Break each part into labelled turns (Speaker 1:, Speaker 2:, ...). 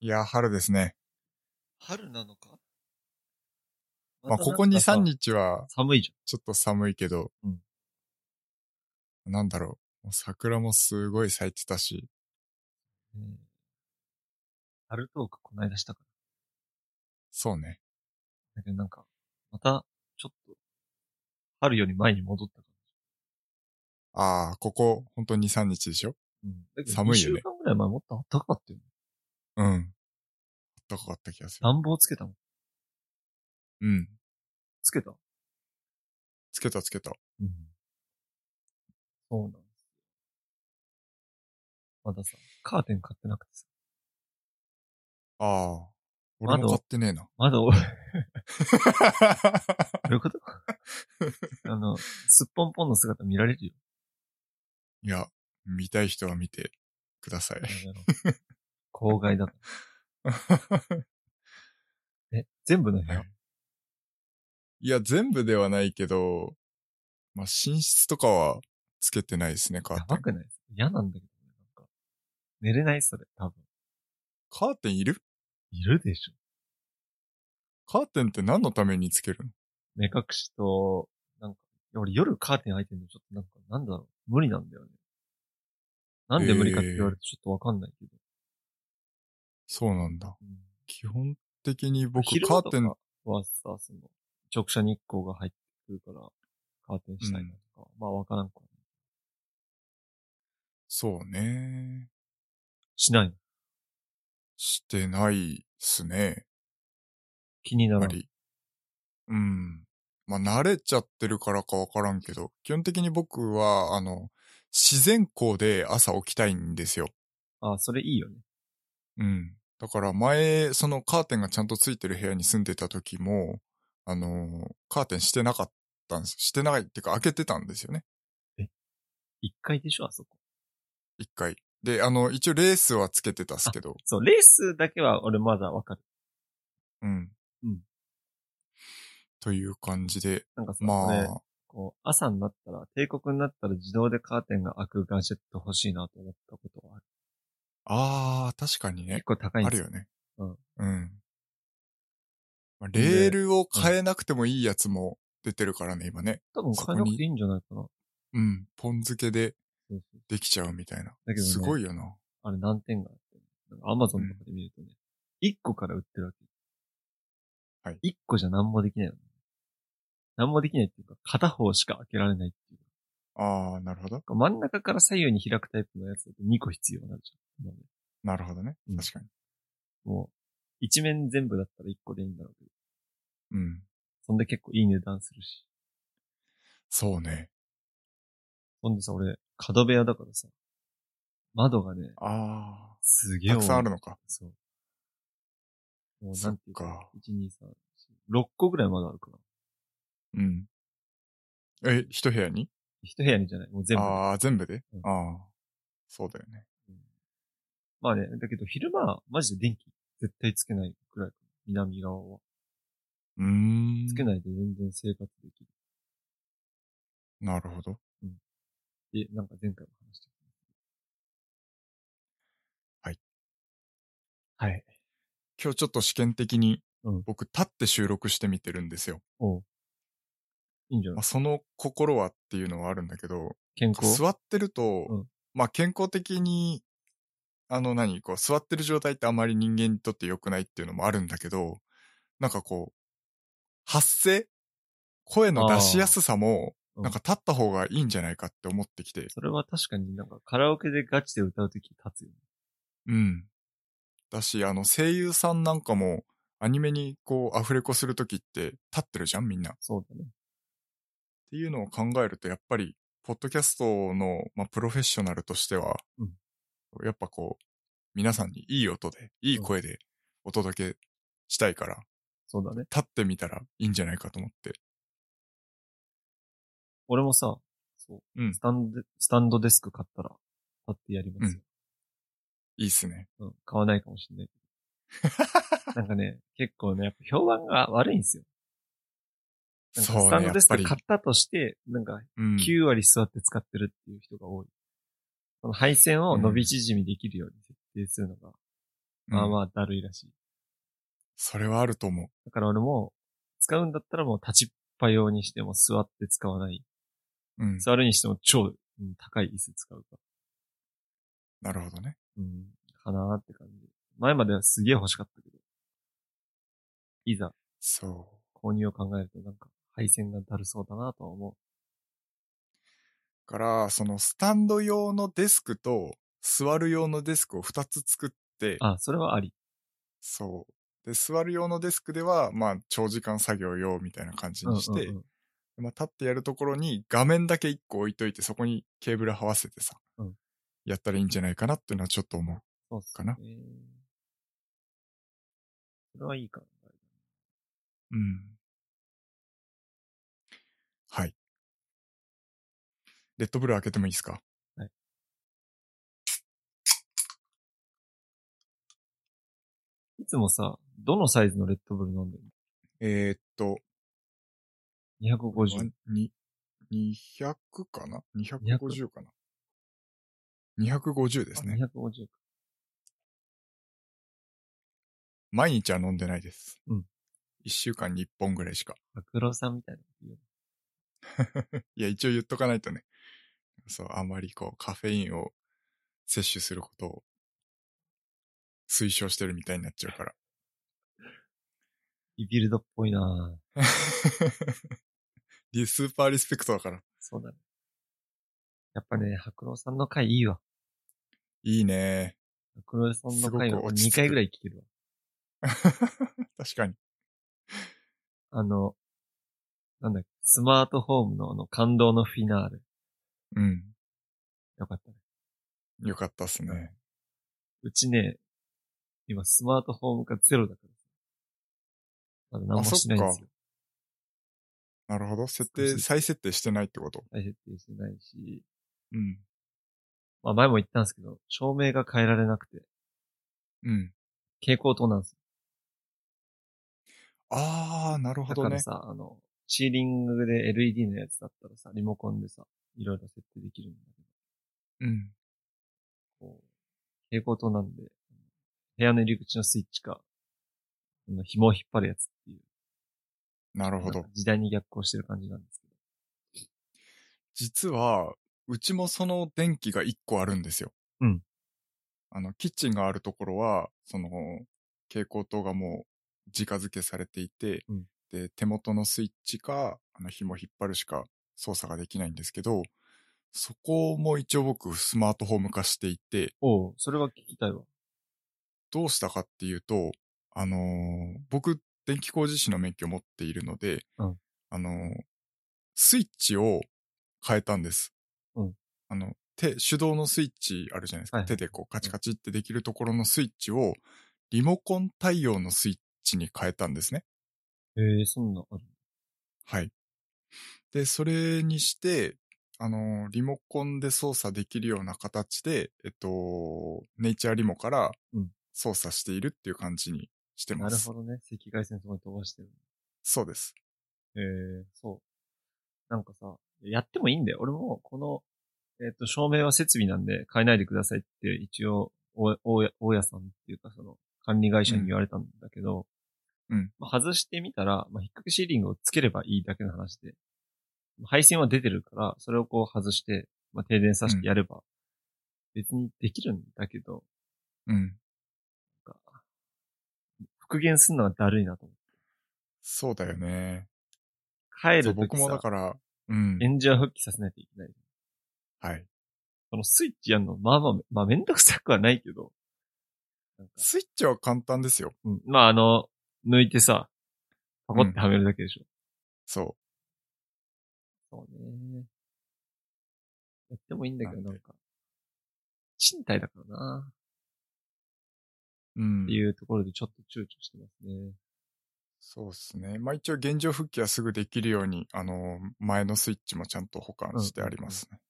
Speaker 1: いや、春ですね。
Speaker 2: 春なのか
Speaker 1: まあ、
Speaker 2: た
Speaker 1: ここ
Speaker 2: なん
Speaker 1: 2、
Speaker 2: かさ
Speaker 1: 3日は、
Speaker 2: 寒いじ
Speaker 1: ちょっと寒いけど、
Speaker 2: うん
Speaker 1: なんだろう。もう桜もすごい咲いてたし、
Speaker 2: ゃん。うん春トークこないだしたから。
Speaker 1: そうね。
Speaker 2: だけどなんか、また、ちょっと、春より前に戻った感
Speaker 1: ああ、ここ、ほんと2、3日でしょ
Speaker 2: じ。うん。だけど
Speaker 1: 寒いよね
Speaker 2: 2週間ぐらい前もっと暖かかったよね。
Speaker 1: うん。あったかかった気がする。
Speaker 2: 暖房つけたもん。
Speaker 1: うん。
Speaker 2: つけた
Speaker 1: つけたつけた。
Speaker 2: うん。そうなんですよ。まださ、カーテン買ってなくてさ、
Speaker 1: ああ。俺も
Speaker 2: 窓
Speaker 1: 買ってねえな。
Speaker 2: まだ俺、どういうことあの、すっぽんぽんの姿見られ るよ。
Speaker 1: いや、見たい人は見てください。
Speaker 2: やめろ公害だかた。え、全部の部屋。
Speaker 1: いや、全部ではないけど、まあ、寝室とかはつけてないですね、カー
Speaker 2: や
Speaker 1: テ
Speaker 2: ば
Speaker 1: ン。
Speaker 2: くない嫌なんだけどね、なんか。寝れないそれ、多分。
Speaker 1: カーテンいる
Speaker 2: いるでしょ。
Speaker 1: カーテンって何のためにつけるの
Speaker 2: 目隠しと、なんか、俺夜カーテン開いてるのちょっとなんか、なんだろう、無理なんだよね。なんで無理かって言われてちょっとわかんないけど。
Speaker 1: そうなんだ。
Speaker 2: うん
Speaker 1: 基本的に僕、
Speaker 2: 昼
Speaker 1: カ
Speaker 2: 間
Speaker 1: ー
Speaker 2: とか
Speaker 1: テン、
Speaker 2: はさ、その、直射日光が入ってくるから、カーテンしたいなとか、まあわからんか。
Speaker 1: そうね。
Speaker 2: しないの。
Speaker 1: してないっすね、
Speaker 2: 気にな
Speaker 1: やっ
Speaker 2: ら
Speaker 1: ぱ
Speaker 2: ない。
Speaker 1: り。うん。まあ、慣れちゃってるからかわからんけど、基本的に僕は、あの、自然光で朝起きたいんですよ。
Speaker 2: あ、それいいよね。
Speaker 1: うん。だから前、そのカーテンがちゃんとついてる部屋に住んでた時も、あのーカーテンしてなかったんです。してないっていうか開けてたんですよね。
Speaker 2: 一階でしょ、あそこ。
Speaker 1: 一回。で、あの、一応レースはつけてたっすけど。
Speaker 2: そう、レースだけは俺まだわかる。
Speaker 1: うん。
Speaker 2: うん
Speaker 1: という感じで、
Speaker 2: なんかさ、
Speaker 1: ま
Speaker 2: これ
Speaker 1: あ、
Speaker 2: こう、朝になったら、帝国になったら自動でカーテンが開くガジェット欲しいなと思ったことはある。
Speaker 1: ああ、確かにね
Speaker 2: 結。構高いん
Speaker 1: あ
Speaker 2: で
Speaker 1: る
Speaker 2: すよ。
Speaker 1: よね。
Speaker 2: うん。
Speaker 1: うん。まあレールを変えなくてもいいやつも出てるからね、今ね。
Speaker 2: 多分
Speaker 1: そ
Speaker 2: 買
Speaker 1: こ
Speaker 2: え
Speaker 1: に
Speaker 2: なくていいんじゃないかな。
Speaker 1: うん。ポン付けで
Speaker 2: そうそう
Speaker 1: できちゃうみたいな。
Speaker 2: だけどね
Speaker 1: すごいよな。
Speaker 2: あれ難点があって、アマゾンとかで見るとね、一個から売ってるわけ。
Speaker 1: はい
Speaker 2: 一個じゃ何もできないよね。何もできないっていうか、片方しか開けられないっていう。
Speaker 1: ああ、なるほど。
Speaker 2: 真ん中から左右に開くタイプのやつだと2個必要になるじゃん。なので
Speaker 1: なるほどね
Speaker 2: う。ん
Speaker 1: 確かに。
Speaker 2: もう、一面全部だったら1個でいいんだろうけど。
Speaker 1: うん。
Speaker 2: そんで結構いい値段するし。
Speaker 1: そうね。
Speaker 2: そんでさ、俺、角部屋だからさ、窓がね、
Speaker 1: あ
Speaker 2: す
Speaker 1: あ。
Speaker 2: げえ
Speaker 1: たくさんあ
Speaker 2: る。
Speaker 1: るのか。
Speaker 2: そう。もう
Speaker 1: そ
Speaker 2: な
Speaker 1: っ
Speaker 2: んていうか、
Speaker 1: か。
Speaker 2: 1、2、3、4、6個ぐらい窓あるから。
Speaker 1: うん。え、一部屋に
Speaker 2: 一部屋にじゃない、もう全部。
Speaker 1: ああ、全部で、
Speaker 2: うん
Speaker 1: ああ。そうだよね。
Speaker 2: まあね、だけど昼間、マジで電気絶対つけないくらい、南側は。
Speaker 1: うーん。
Speaker 2: つけないで全然生活でき
Speaker 1: なるほど。
Speaker 2: る。で、なんか前回も話した。
Speaker 1: はい。
Speaker 2: はい。
Speaker 1: 今日ちょっと試験的に、
Speaker 2: うん
Speaker 1: 僕立って収録してみてるんですよ。
Speaker 2: おういいんじゃ
Speaker 1: ま
Speaker 2: な
Speaker 1: あ、
Speaker 2: い
Speaker 1: その心はっていうのはあるんだけど、
Speaker 2: 健康
Speaker 1: 座ってると、
Speaker 2: うん
Speaker 1: まあ健康的に、あの何、こう座ってる状態ってあまり人間にとって良くないっていうのもあるんだけど、なんかこう、発声声の出しやすさも、
Speaker 2: あーうん
Speaker 1: なんか立った方がいいんじゃないかって思ってきて、
Speaker 2: それは確かになんかカラオケでガチで歌うとき立つよね。
Speaker 1: うん。だし、あの声優さんなんかも、アニメにこうアフレコするときって立ってるじゃんみんな。
Speaker 2: そうだね。
Speaker 1: っていうのを考えると、やっぱり、ポッドキャストの、まあ、プロフェッショナルとしては、
Speaker 2: うん
Speaker 1: やっぱこう、皆さんにいい音で、いい声でお届けしたいから、
Speaker 2: そうだね。
Speaker 1: 立ってみたらいいんじゃないかと思って。
Speaker 2: 俺もさ、そう、
Speaker 1: うん
Speaker 2: スタンド、スタンドデスク買ったら、買ってやりますよ。
Speaker 1: いいっすね。
Speaker 2: うん、買わないかもし れないけど。なんかね、結構ね、やっぱ評判が悪いんですよ。なんか
Speaker 1: そうね
Speaker 2: スタンドデス
Speaker 1: やっぱ
Speaker 2: ク
Speaker 1: り
Speaker 2: 買ったとして、なんか
Speaker 1: うん。
Speaker 2: 9割座って使ってるっていう人が多い。その配線を伸び縮みできるように設定するのがまあ
Speaker 1: あ。
Speaker 2: まあだるいらしい。
Speaker 1: それはあると思う。
Speaker 2: だから俺も、使うんだったらもう立ちっぱ用にしても座って使わない。
Speaker 1: うん。
Speaker 2: 座るにしても超、うん、高い椅子使うか。
Speaker 1: なるほどね。
Speaker 2: うん、かなーって感じ。前まではすげえ欲しかったけど。いざ、
Speaker 1: そう。
Speaker 2: 購入を考えるとなんか、配線がだるそうだなとは思
Speaker 1: から、そのスタンド用のデスクと座る用のデスクを2つ作って
Speaker 2: う。、あ、それはあり。
Speaker 1: そう。で、座る用のデスクでは、まあ、長時間作業用みたいな感じにして、
Speaker 2: うんうん
Speaker 1: まあ、立ってやるところに画面だけ1個置いといて、そこにケーブル這わせてさ、
Speaker 2: うん
Speaker 1: やったらいいんじゃないかなっていうのはちょっと思う。
Speaker 2: そうっす
Speaker 1: か
Speaker 2: ね。
Speaker 1: な
Speaker 2: それはいいかな。
Speaker 1: うん。はい。レッドブル開けてもいいですか
Speaker 2: はい。いつもさ、どのサイズのレッドブル飲んでる
Speaker 1: えー、っと、
Speaker 2: の ?250。
Speaker 1: に200かな ?250 かな ?250 ですね。
Speaker 2: あ250か。
Speaker 1: 毎日は飲んでないです。
Speaker 2: うん。
Speaker 1: 一週間に一本ぐらいしか。
Speaker 2: あ黒さんみたいなこと言うの。
Speaker 1: いや、一応言っとかないとね。そう、あんまりこう、カフェインを摂取することを推奨してるみたいになっちゃうから。
Speaker 2: リビルドっぽいなぁ。
Speaker 1: リスーパーリスペクトだから。
Speaker 2: そうだね。やっぱね、白黒さんの回いいわ。
Speaker 1: いいね。
Speaker 2: 黒ロさんの回
Speaker 1: す
Speaker 2: は
Speaker 1: ごく落ち着
Speaker 2: 2
Speaker 1: く
Speaker 2: 回ぐらい聞けるわ。
Speaker 1: 確かに。
Speaker 2: あの、なんだっけ、スマートホームのあの感動のフィナーレ。
Speaker 1: うん。
Speaker 2: よかったね。
Speaker 1: よかったっすね。
Speaker 2: うちね、今スマートホームがゼロだから。まだ何もしないんですよ。
Speaker 1: なるほど。設
Speaker 2: 少
Speaker 1: 定、
Speaker 2: し
Speaker 1: 再設定してないってこと。
Speaker 2: 大設定してないし。
Speaker 1: うん。
Speaker 2: まあ前も言ったんですけど、照明が変えられなくて、
Speaker 1: うん。
Speaker 2: 蛍光灯なんですよ。
Speaker 1: あー、なるほ
Speaker 2: だ
Speaker 1: ど
Speaker 2: から
Speaker 1: ね。
Speaker 2: さ、あの、シーリングで LED のやつだったらさ、リモコンでさ、いろいろ設定できるんだけど。
Speaker 1: うん。
Speaker 2: こう、蛍光灯なんで、部屋の入り口のスイッチか、あの紐を引っ張るやつっていう、
Speaker 1: なるほど
Speaker 2: なんか。時代に逆行してる感じなんですけど。
Speaker 1: 実は、うちもその電気が1個あるんですよ。
Speaker 2: うん。
Speaker 1: あの、キッチンがあるところは、その、蛍光灯がもう、直付けされていて、
Speaker 2: うん
Speaker 1: で、手元のスイッチか、あの、紐引っ張るしか操作ができないんですけど、そこも一応僕、スマートフォーム化していて、
Speaker 2: おう、それは聞きたいわ。
Speaker 1: どうしたかっていうと、あのー僕、電気工事士の免許を持っているので、
Speaker 2: うん
Speaker 1: あのースイッチを変えたんです。
Speaker 2: うん
Speaker 1: あの、手、手動のスイッチあるじゃないですか。
Speaker 2: はい
Speaker 1: 手でこうカチカチってできるところのスイッチを、リモコン対応のスイッチに変えたんですね。
Speaker 2: へえそんな、ある。
Speaker 1: はい。で、それにして、あのーリモコンで操作できるような形で、えっと、ネイチャーリモから
Speaker 2: うん
Speaker 1: 操作しているっていう感じにして
Speaker 2: な
Speaker 1: ます。
Speaker 2: るほどね。赤外線そこに飛ばしてる。
Speaker 1: そうです。
Speaker 2: へえそう。なんかさ、やってもいいんだよ。俺も、この、えっ、と、照明は設備なんで変えないでくださいって、一応、お大家大家さんっていうか、その、管理会社に言われたんだけど、
Speaker 1: うん
Speaker 2: まあ外してみたら、まあ、引っ掛けシーリングをつければいいだけの話で、配線は出てるから、それをこう外して、まあ、停電させてやれば、別にできるんだけど、
Speaker 1: うん。
Speaker 2: 復元するのがだるいなと思って。
Speaker 1: そうだよね。
Speaker 2: 帰
Speaker 1: そう
Speaker 2: ると
Speaker 1: 僕
Speaker 2: き
Speaker 1: もだ
Speaker 2: さ、
Speaker 1: から、うん。
Speaker 2: エンジンは復帰させないといけない。
Speaker 1: はい。
Speaker 2: そのスイッチやんの、まあまあ、まあめんどくさくはないけど、なんか、
Speaker 1: スイッチは簡単ですよ。
Speaker 2: うん、まああの、抜いてさ、パコってはめるだけでしょ。
Speaker 1: そ
Speaker 2: そうね。やってもいいんだけど、
Speaker 1: な
Speaker 2: なんん
Speaker 1: で
Speaker 2: か、賃貸だからな、
Speaker 1: う。うん
Speaker 2: って。いうところでちょっと躊躇してますね。
Speaker 1: そうですね。まあ一応現状復帰はすぐできるように、あの、前のスイッチもちゃんと保管してありますね。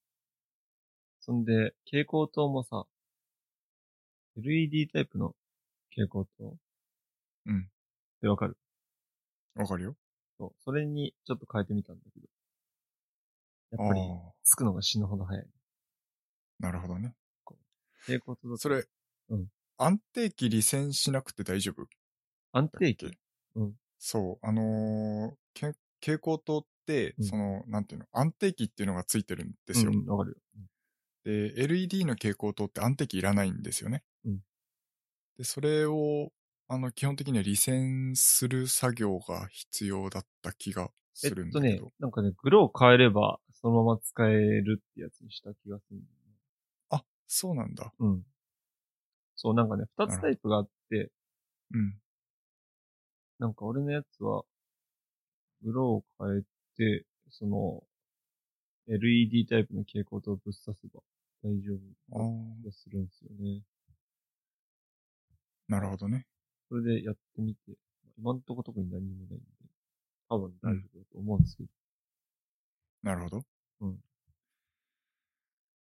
Speaker 2: そんで、蛍光灯もさ、LED タイプの蛍光灯
Speaker 1: うん
Speaker 2: でわかる
Speaker 1: わかるよ。
Speaker 2: そう。それにちょっと変えてみたんだけど。
Speaker 1: あ
Speaker 2: や
Speaker 1: あ
Speaker 2: っぱり、つくのが死ぬほど早い。
Speaker 1: ー、なるほどね。
Speaker 2: 蛍光灯だと
Speaker 1: それ、
Speaker 2: うん
Speaker 1: 安定期離線しなくて大丈夫
Speaker 2: 安定期
Speaker 1: だっけ
Speaker 2: うん
Speaker 1: そう、あのーけ蛍光灯って、
Speaker 2: うん
Speaker 1: その、なんていうの、安定期っていうのがついてるんですよ。
Speaker 2: うん、わかるよ。
Speaker 1: で、LED の蛍光灯って安定期いらないんですよね。
Speaker 2: うん
Speaker 1: で、それを、あの、基本的には離線する作業が必要だった気が
Speaker 2: え
Speaker 1: するん
Speaker 2: っと
Speaker 1: だけ
Speaker 2: ね
Speaker 1: ど。、
Speaker 2: なんかね、グロー変えれば、そのまま使えるってやつにした気がするんだよね。
Speaker 1: あ、そうなんだ。
Speaker 2: うん。そう、なんかね、
Speaker 1: な
Speaker 2: 二
Speaker 1: るほど
Speaker 2: つタイプがあって、
Speaker 1: うん。
Speaker 2: なんか俺のやつは、グローを変えて、その、LED タイプの蛍光灯をぶっ刺せば大丈
Speaker 1: あ
Speaker 2: 夫な
Speaker 1: ー
Speaker 2: 気がするんですよね。
Speaker 1: なるほどね。
Speaker 2: それでやってみて、今んとこ特に何もないんで、多分大丈夫だと思うんですけど。
Speaker 1: なるほど。
Speaker 2: うん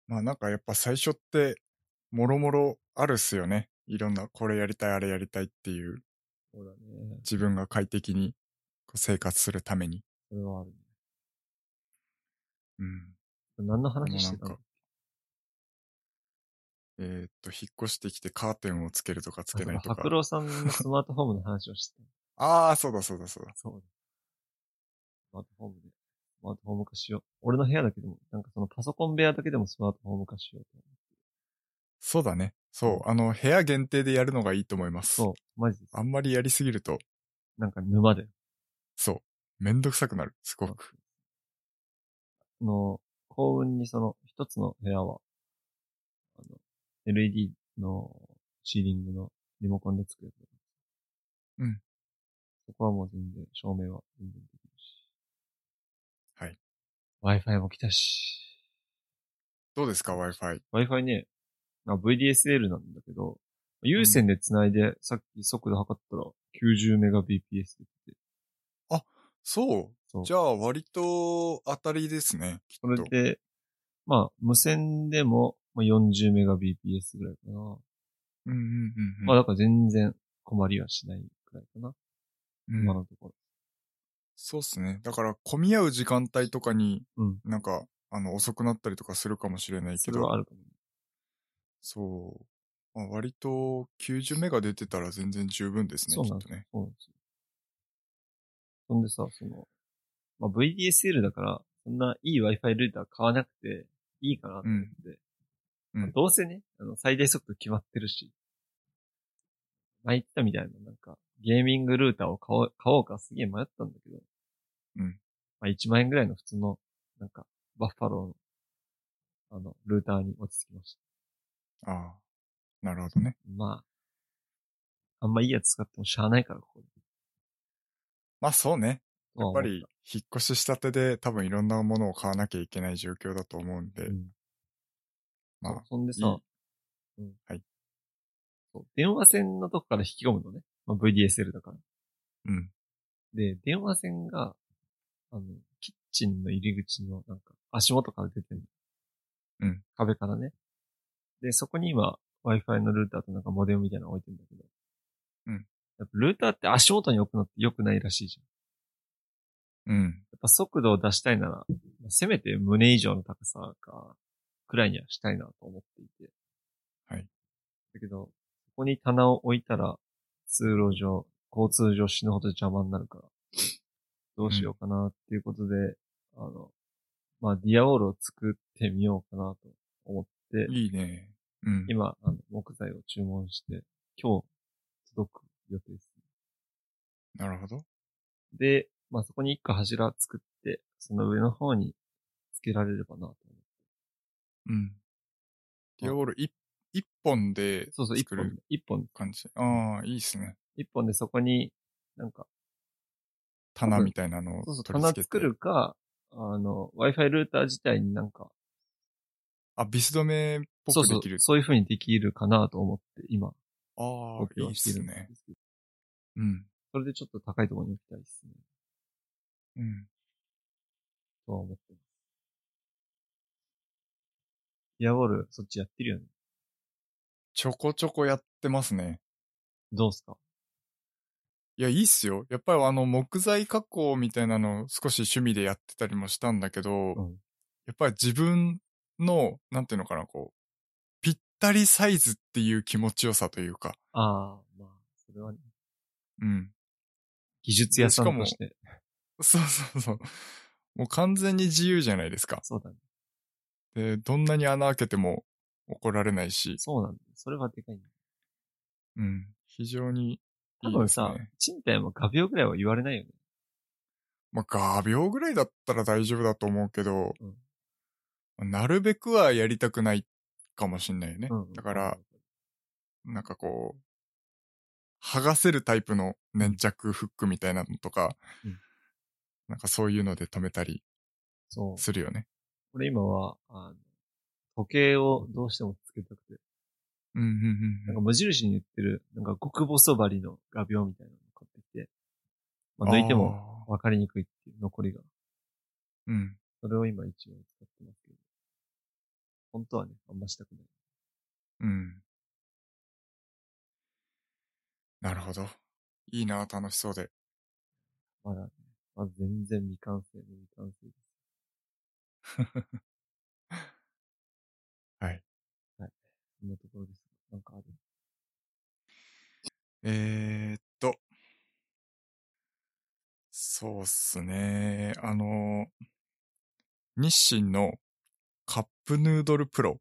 Speaker 1: まあなんかやっぱ最初って、もろもろあるっすよね。いろんな、これやりたい、あれやりたいっていう、
Speaker 2: そうだね。
Speaker 1: 自分が快適にこう生活するために。
Speaker 2: それはあるね。
Speaker 1: うん。
Speaker 2: 何の話してた
Speaker 1: でもなん
Speaker 2: の
Speaker 1: かえーっと、引っ越してきてカーテンをつけるとかつけないと
Speaker 2: あ
Speaker 1: か。
Speaker 2: 白郎さんのスマートフォームの話をしてた。
Speaker 1: ああ、そうだそうだ そうだ。
Speaker 2: そう。スマートフォームで、スマートフォーム化しよう。俺の部屋だけでも、なんかそのパソコン部屋だけでもスマートフォーム化しようと思う。
Speaker 1: そうだね。そう。あの、部屋限定でやるのがいいと思います。
Speaker 2: そう、マジで。
Speaker 1: あんまりやりすぎると、
Speaker 2: なんか沼だよ。
Speaker 1: そう。めんどくさくなる。すごく。
Speaker 2: その、幸運にその、一つの部屋は、あの、LED のシーリングのリモコンで作る。
Speaker 1: うん。
Speaker 2: そこはもう全然、照明は全然できるし。はい。Wi-Fi も来たし。
Speaker 1: どうですか、Wi-Fi。
Speaker 2: Wi-Fi ね、あ VDSL なんだけど、有線で繋いで、さっき速度測ったら 90Mbps で来て、
Speaker 1: そう。
Speaker 2: そう。
Speaker 1: じゃあ、割と当たりですね。きっ
Speaker 2: それ
Speaker 1: と。
Speaker 2: で、まあ、無線でもまあ 40Mbps ぐらいかな。
Speaker 1: うんうんうんうん。
Speaker 2: まあ、だから全然困りはしないくらいかな。
Speaker 1: うん
Speaker 2: 今のとこ
Speaker 1: そうっすね。だから、混み合う時間帯とかに、
Speaker 2: ろ。うん。
Speaker 1: なんか、あの、遅くなったりとかするかもしれないけ
Speaker 2: それは
Speaker 1: ど、
Speaker 2: あるかも、ね。
Speaker 1: そう。まあ、割と、90メガ出てたら全然十分ですね、
Speaker 2: そう
Speaker 1: き
Speaker 2: な
Speaker 1: っ
Speaker 2: ん
Speaker 1: とね。
Speaker 2: そうなんですよ。そんでさ、その、まあ、VDSL だから、そんないい Wi-Fi ルーター買わなくていいかなと思って。
Speaker 1: うん
Speaker 2: まあどうせね、あの最大速度決まってるし。前言ったみたいな、なんか、ゲーミングルーターを買おう買おうかすげえ迷ったんだけど。
Speaker 1: うん。
Speaker 2: まあ、1万円ぐらいの普通の、なんか、バッファローの、あの、ルーターに落ち着きました。
Speaker 1: ああ。なるほどね。
Speaker 2: まあ、あんまいいやつ使ってもしゃあないから、ここで。
Speaker 1: まあ、そうね。
Speaker 2: や
Speaker 1: やっぱり、引っ越ししたてで、多分いろんなものを買わなきゃいけない状況だと思うんで、
Speaker 2: うん
Speaker 1: ま
Speaker 2: そう
Speaker 1: あ、
Speaker 2: そんで
Speaker 1: いい
Speaker 2: さ、うん
Speaker 1: はい
Speaker 2: そう電話線のとこから引き込むのね。まあ、VDSL だから。
Speaker 1: うん。
Speaker 2: で、電話線が、あの、キッチンの入り口の、なんか、足元から出てるの。
Speaker 1: うん。
Speaker 2: 壁からね。で、そこに今、Wi-Fi のルーターとなんかモデルみたいなの置いてんだけど。
Speaker 1: うん。
Speaker 2: やっぱルーターって足元に置くのって良くないらしいじゃん。
Speaker 1: うん。
Speaker 2: やっぱ速度を出したいなら、せめて胸以上の高さか、くらいにはしたいなと思っていて。
Speaker 1: はい。
Speaker 2: だけど、ここに棚を置いたら、通路上、交通上死ぬほど邪魔になるから、どうしようかなっていうことで、あの、まあ、ディアウォールを作ってみようかなと思って、
Speaker 1: いいね。うん。
Speaker 2: 今、あの、木材を注文して、今日、届く予定です。
Speaker 1: なるほど。
Speaker 2: で、まあ、そこに一個柱作って、その上の方に付けられればなと思って。
Speaker 1: うん。ディアボール一一本で
Speaker 2: そうそう、一
Speaker 1: 作
Speaker 2: 本
Speaker 1: る、
Speaker 2: 一本、
Speaker 1: 感じ。ああ、いいっすね。
Speaker 2: 一本でそこに、なんか、
Speaker 1: 棚みたいなの
Speaker 2: そうそ
Speaker 1: を
Speaker 2: う、
Speaker 1: 取り
Speaker 2: 棚
Speaker 1: 付けて。
Speaker 2: 作るか、あの、Wi-Fi ルーター自体になんか、
Speaker 1: あ、ビス止めっぽ
Speaker 2: そう
Speaker 1: く
Speaker 2: そ
Speaker 1: で
Speaker 2: う
Speaker 1: きる、。
Speaker 2: そういう風にできるかなと思って、今、
Speaker 1: あ
Speaker 2: 僕
Speaker 1: あ、い
Speaker 2: はい
Speaker 1: っ
Speaker 2: して
Speaker 1: す
Speaker 2: るんで
Speaker 1: ね。
Speaker 2: すけど、
Speaker 1: うん。
Speaker 2: それでちょっと高いところに置きたいですね、
Speaker 1: うん。
Speaker 2: とは思ってます。ディアウォール、そっちやってるよね。
Speaker 1: ちょこちょこやってますね。
Speaker 2: どうっすか
Speaker 1: いや、いいっすよ。やっぱりあの、木材加工みたいなの少し趣味でやってたりもしたんだけど、
Speaker 2: うん
Speaker 1: やっぱり自分の、なんていうのかな、こう、ピッったりサイズっていう気持ちよさというか、
Speaker 2: ああ、まあ、それは、ね、
Speaker 1: うん。
Speaker 2: 技術屋さんとして。
Speaker 1: そうそうそう。もう完全に自由じゃないですか。
Speaker 2: そうだね。
Speaker 1: で、どんなに穴開けても怒られないし、
Speaker 2: そうなんだ。それはでかいんだ。
Speaker 1: うん。非常にい
Speaker 2: 多
Speaker 1: いで
Speaker 2: 分
Speaker 1: す
Speaker 2: さ、
Speaker 1: ね。
Speaker 2: 賃貸も画鋲ぐらいは言われないよね。
Speaker 1: まあ、画鋲ぐらいだったら大丈夫だと思うけど、
Speaker 2: うん
Speaker 1: なるべくはやりたくないかもしんないよね。
Speaker 2: うん。
Speaker 1: だから、、なんかこう、剥がせるタイプの粘着フックみたいなのとか、
Speaker 2: うん
Speaker 1: なんかそういうので止めたり
Speaker 2: そう。
Speaker 1: するよね。
Speaker 2: これ今は、あの、時計をどうしてもつけたくて、
Speaker 1: うんうんう
Speaker 2: なん
Speaker 1: ん
Speaker 2: か無印に売ってる、なんか極細針の画鋲みたいなの買ってきて、まあ、抜いても
Speaker 1: も。
Speaker 2: 分かりにくいっていう残りが。
Speaker 1: あーうん。
Speaker 2: それを今一応使ってますけど。本当はね、あんましたくない。
Speaker 1: うん。なるほど。いいな、楽しそうで。
Speaker 2: まだね、まだ全然未完成の未完成です。
Speaker 1: はい。
Speaker 2: はい。そんなところです。なんかある
Speaker 1: えー、っと。そうっすね。あの、日清のカップヌードルプロ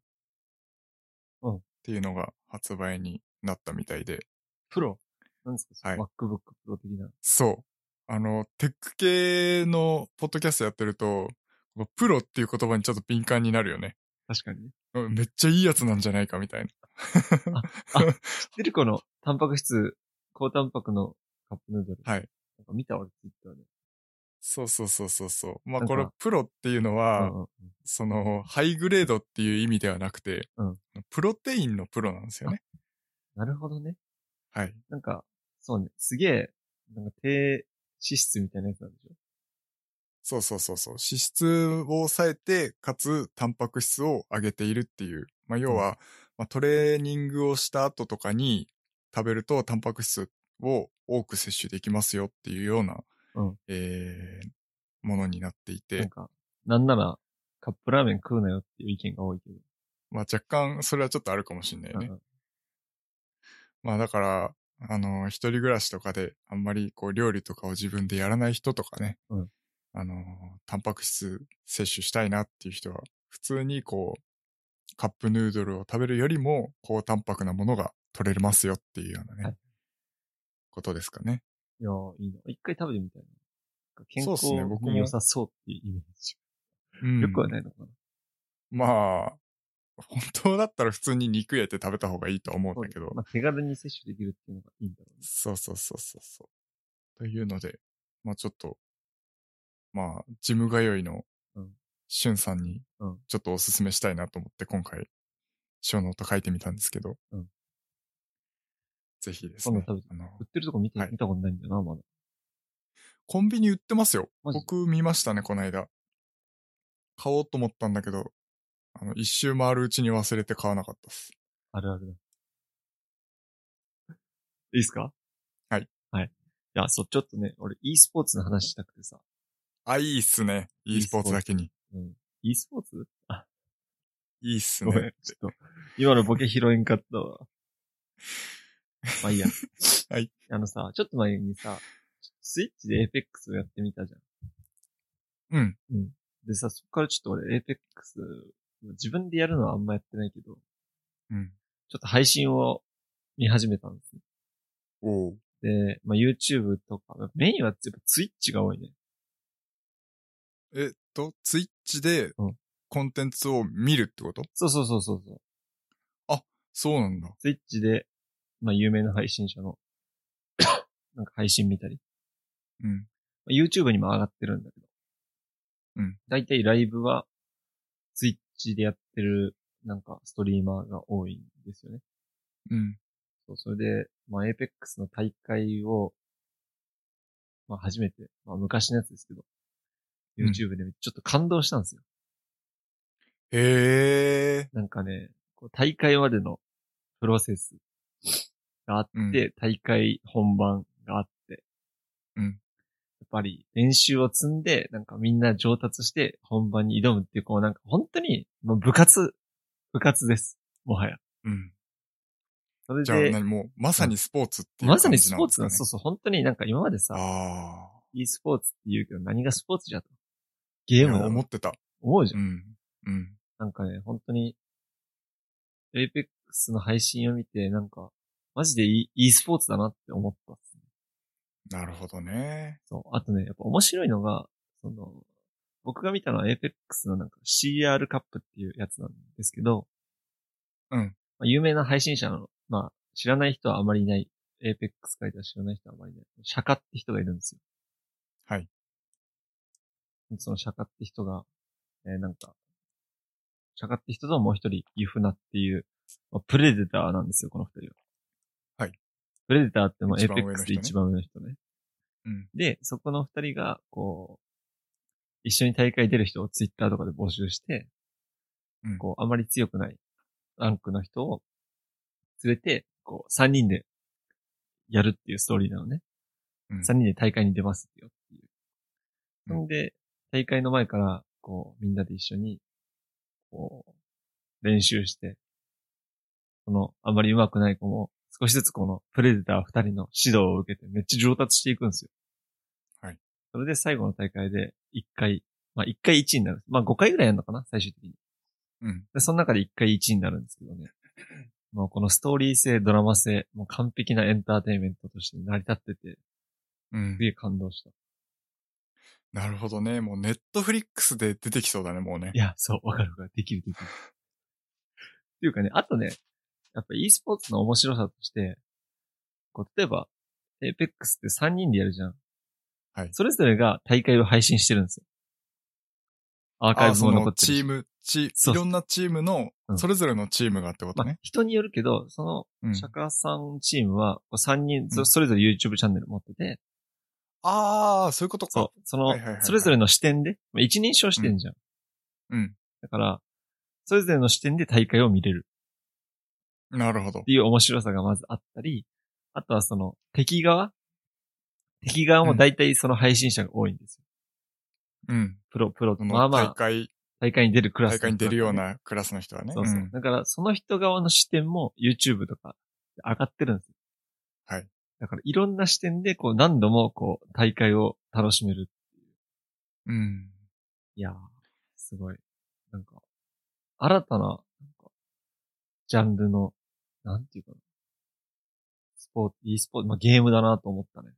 Speaker 2: うん
Speaker 1: っていうのが発売になったみたいで、
Speaker 2: プロなんですかその
Speaker 1: はい
Speaker 2: MacBook Pro 的な。
Speaker 1: そう。あの、テック系のポッドキャストやってると、このプロっていう言葉にちょっと敏感になるよね。
Speaker 2: 確かにね。
Speaker 1: うんめっちゃいいやつなんじゃないかみたいな。
Speaker 2: 出るこの、タンパク質、高タンパクのカップヌードル。
Speaker 1: はい。
Speaker 2: なんか見た俺、ツイッターで。
Speaker 1: そうそうそうそうそう。まあ
Speaker 2: なん
Speaker 1: こ
Speaker 2: か
Speaker 1: れプロっていうの
Speaker 2: う
Speaker 1: は、
Speaker 2: んうんうん
Speaker 1: その、ハイグレードっていう意味ではなくて、
Speaker 2: うん
Speaker 1: プロテインのプロなんですよね。
Speaker 2: なるほどね。
Speaker 1: はい。
Speaker 2: なんか、そうね。すげえ、なんか低脂質みたいなやつなんでしょ
Speaker 1: そうそうそうそう。脂質を抑えて、かつ、タンパク質を上げているっていう。まあ、要は、まあ、トレーニングをした後とかに食べると、タンパク質を多く摂取できますよっていうような、
Speaker 2: うん
Speaker 1: えーものになってい
Speaker 2: なん
Speaker 1: て、
Speaker 2: か、なんなら、カップラーメン食うなよっていう意見が多いけど。
Speaker 1: まあ、若干、それはちょっとあるかもしれないね。
Speaker 2: うんうん
Speaker 1: まあだから、あの、一人暮らしとかで、あんまりこう料理とかを自分でやらない人とかね、
Speaker 2: うん
Speaker 1: あの、タンパク質摂取したいなっていう人は、普通にこう、カップヌードルを食べるよりも、高タンパクなものが取れますよっていうようなね、
Speaker 2: はい
Speaker 1: ことですかね。
Speaker 2: いやー、いいな。一回食べてみたいな。なんか健
Speaker 1: そうっ
Speaker 2: 康
Speaker 1: すね僕も
Speaker 2: に良さそうっていうイメージ。
Speaker 1: うん
Speaker 2: よくはないのかな。
Speaker 1: まあ、本当だったら普通に肉焼いて食べた方がいいとは思うんだけど、
Speaker 2: まあ、手軽に摂取できるっていうのがいいんだろうね。
Speaker 1: そうそうそうそうそう。というので、まあちょっと、まあ、ジム通いの
Speaker 2: うん、
Speaker 1: しゅんさんに
Speaker 2: うん、
Speaker 1: ちょっとおすすめしたいなと思って、今回、小ノート書いてみたんですけど、
Speaker 2: うん
Speaker 1: ぜひですね
Speaker 2: 今度食べ。
Speaker 1: あの
Speaker 2: 売ってるとこ見て、
Speaker 1: はい
Speaker 2: 見たことないんだよな、まだ。
Speaker 1: コンビニ売ってますよ。
Speaker 2: マジ
Speaker 1: 僕見ましたね、この間。買おうと思ったんだけど、あの、一周回るうちに忘れて買わなかったっす。
Speaker 2: あるあるだ。いいですか
Speaker 1: はい。
Speaker 2: はい。じゃあ、そう、ちょっとね、俺 e スポーツの話したくてさ。
Speaker 1: あ、いいっすね。
Speaker 2: い
Speaker 1: e
Speaker 2: い
Speaker 1: スポーツだけに。
Speaker 2: うん。e スポーツあ、
Speaker 1: いいっす
Speaker 2: ごめん
Speaker 1: ね。。
Speaker 2: ちょっと、今のボケ拾えんかったわ。まあい いや。
Speaker 1: はい。
Speaker 2: あのさ、ちょっと前にさ、スイッチでエーペックスをやってみたじゃん。
Speaker 1: うん。
Speaker 2: でさ、そっからちょっと俺、エーペックス、自分でやるのはあんまやってないけど、
Speaker 1: うん。
Speaker 2: ちょっと配信を見始めたんです
Speaker 1: おう。
Speaker 2: ね。で、まあ、YouTube とか、メインはやっぱ Twitch が多いね。
Speaker 1: えっと、ツイッチで
Speaker 2: うん
Speaker 1: コンテンツを見るってこと、
Speaker 2: そうそうそうそうそう。
Speaker 1: そうなんだ。
Speaker 2: Twitch で、まあ、有名な配信者の、 なんか配信見たり。
Speaker 1: うん。
Speaker 2: まあ YouTube にも上がってるんだけど。
Speaker 1: うん。
Speaker 2: だいたいライブは、Twitch でやってる、なんか、ストリーマーが多いんですよね。
Speaker 1: うん。
Speaker 2: そう、それで、まあ、エーペックスの大会を、まあ、初めて、まあ、昔のやつですけど、
Speaker 1: うん
Speaker 2: YouTube で見てちょっと感動したんですよ。
Speaker 1: へえ。
Speaker 2: なんかね、こう大会までのプロセスがあって、
Speaker 1: うん
Speaker 2: 大会本番があって、
Speaker 1: うん
Speaker 2: やっぱり練習を積んで、なんかみんな上達して本番に挑むっていう、こうなんか本当に、もう部活、部活です。もはや。
Speaker 1: うん。
Speaker 2: それ
Speaker 1: じゃあ
Speaker 2: で、
Speaker 1: 何もう、まさにスポーツっていう
Speaker 2: まさ
Speaker 1: 感
Speaker 2: に
Speaker 1: じ
Speaker 2: ス
Speaker 1: なん
Speaker 2: ポー
Speaker 1: で
Speaker 2: ツ
Speaker 1: す
Speaker 2: な
Speaker 1: かね。
Speaker 2: んですそうそう、本当になんか今までさ、
Speaker 1: ああ。
Speaker 2: e スポーツって言うけど何がスポーツじゃと。
Speaker 1: い
Speaker 2: ゲー
Speaker 1: や
Speaker 2: ムだ
Speaker 1: 思ってた。
Speaker 2: 思うじゃ。
Speaker 1: うんん。うん。
Speaker 2: なんかね、本当に、エイペックスの配信を見て、なんか、マジで e, e スポーツだなって思ったっすね、
Speaker 1: なるほどね。
Speaker 2: そう。あとね、やっぱ面白いのが、その、僕が見たのはエイペックスのなんか CR カップっていうやつなんですけど、
Speaker 1: うん。
Speaker 2: まあ、有名な配信者の、まあ、知らない人はあまりいない、エイペックス書いた知らない人はあまりいない、釈迦って人がいるんですよ。
Speaker 1: はい。
Speaker 2: その釈迦って人が、えーなんか、釈迦って人ともう一人、ユフナっていう、まあ、プレデターなんですよ、この二人は。
Speaker 1: はい。
Speaker 2: プレデターって、まあ、エイ
Speaker 1: 一
Speaker 2: ペ
Speaker 1: 番
Speaker 2: ックスで一番上の人ね。
Speaker 1: うん。
Speaker 2: で、そこの二人が、こう、一緒に大会出る人をツイッターとかで募集して、
Speaker 1: うん
Speaker 2: こう、あまり強くないランクの人を連れて、こう、三人でやるっていうストーリーなのね。
Speaker 1: うん
Speaker 2: 三人で大会に出ますよっていう。
Speaker 1: う
Speaker 2: そ
Speaker 1: ん
Speaker 2: んで、大会の前から、こう、みんなで一緒に、こう、練習して、その、あまり上手くない子も、少しずつこの、プレデター二人の指導を受けて、めっちゃ上達していくんですよ。
Speaker 1: はい。
Speaker 2: それで最後の大会で、一回、まあ一回一位になる。まあ五回ぐらいやるのかな、最終的に。
Speaker 1: うん。
Speaker 2: で、その中で一回一位になるんですけど ね。もうこのストーリー性、ドラマ性、もう完璧なエンターテインメントとして成り立ってて、
Speaker 1: うん
Speaker 2: す。げえ感動した。
Speaker 1: なるほどね。もうネットフリックスで出てきそうだね、もうね
Speaker 2: い。や、そう、わかるわかる。できるできる。っていうかね、あとね、やっぱ e スポーツの面白さとして、こう、例えば、エイペックスって3人でやるじゃん。
Speaker 1: はい
Speaker 2: それぞれが大会を配信してるんですよ。アーカイ
Speaker 1: あ
Speaker 2: ブ
Speaker 1: そ
Speaker 2: も残
Speaker 1: の
Speaker 2: って
Speaker 1: チ
Speaker 2: るし
Speaker 1: ーム、チ
Speaker 2: そう
Speaker 1: いろんなチームの
Speaker 2: う、ん
Speaker 1: それぞれのチームがってこと
Speaker 2: まあ
Speaker 1: ね。、
Speaker 2: 人によるけど、その、
Speaker 1: うん。
Speaker 2: 釈迦さんチームは、3人、そ
Speaker 1: うん
Speaker 2: それぞれ YouTube チャンネル持ってて、
Speaker 1: ああ、そういうことか。
Speaker 2: そう、その
Speaker 1: はいはいはいは、い
Speaker 2: それぞれの視点で、まあ一人称視点じゃん。
Speaker 1: うん。
Speaker 2: だから、それぞれの視点で大会を見れる
Speaker 1: なるほど
Speaker 2: っ。ていう面白さがまずあったり、あとはその、敵側敵側も大体その配信者が多いんですよ。
Speaker 1: うん。
Speaker 2: プロ、プロ、
Speaker 1: その
Speaker 2: まあま
Speaker 1: 大
Speaker 2: あ、
Speaker 1: 会、
Speaker 2: 大会に出るクラス、
Speaker 1: 大会に出るよう。なクラスの人はね。
Speaker 2: そうそう。
Speaker 1: ん
Speaker 2: だから、その人側の視点も YouTube とかで上がってるんですよ。
Speaker 1: はい。
Speaker 2: だから、いろんな視点で、こう、何度も、こう、大会を楽しめる。
Speaker 1: うん。
Speaker 2: いやー、すごい。なんか、新たな、なんか、ジャンルの、なんていうかな。スポーツ、e スポーツ、まあ、ゲームだなと思ったね。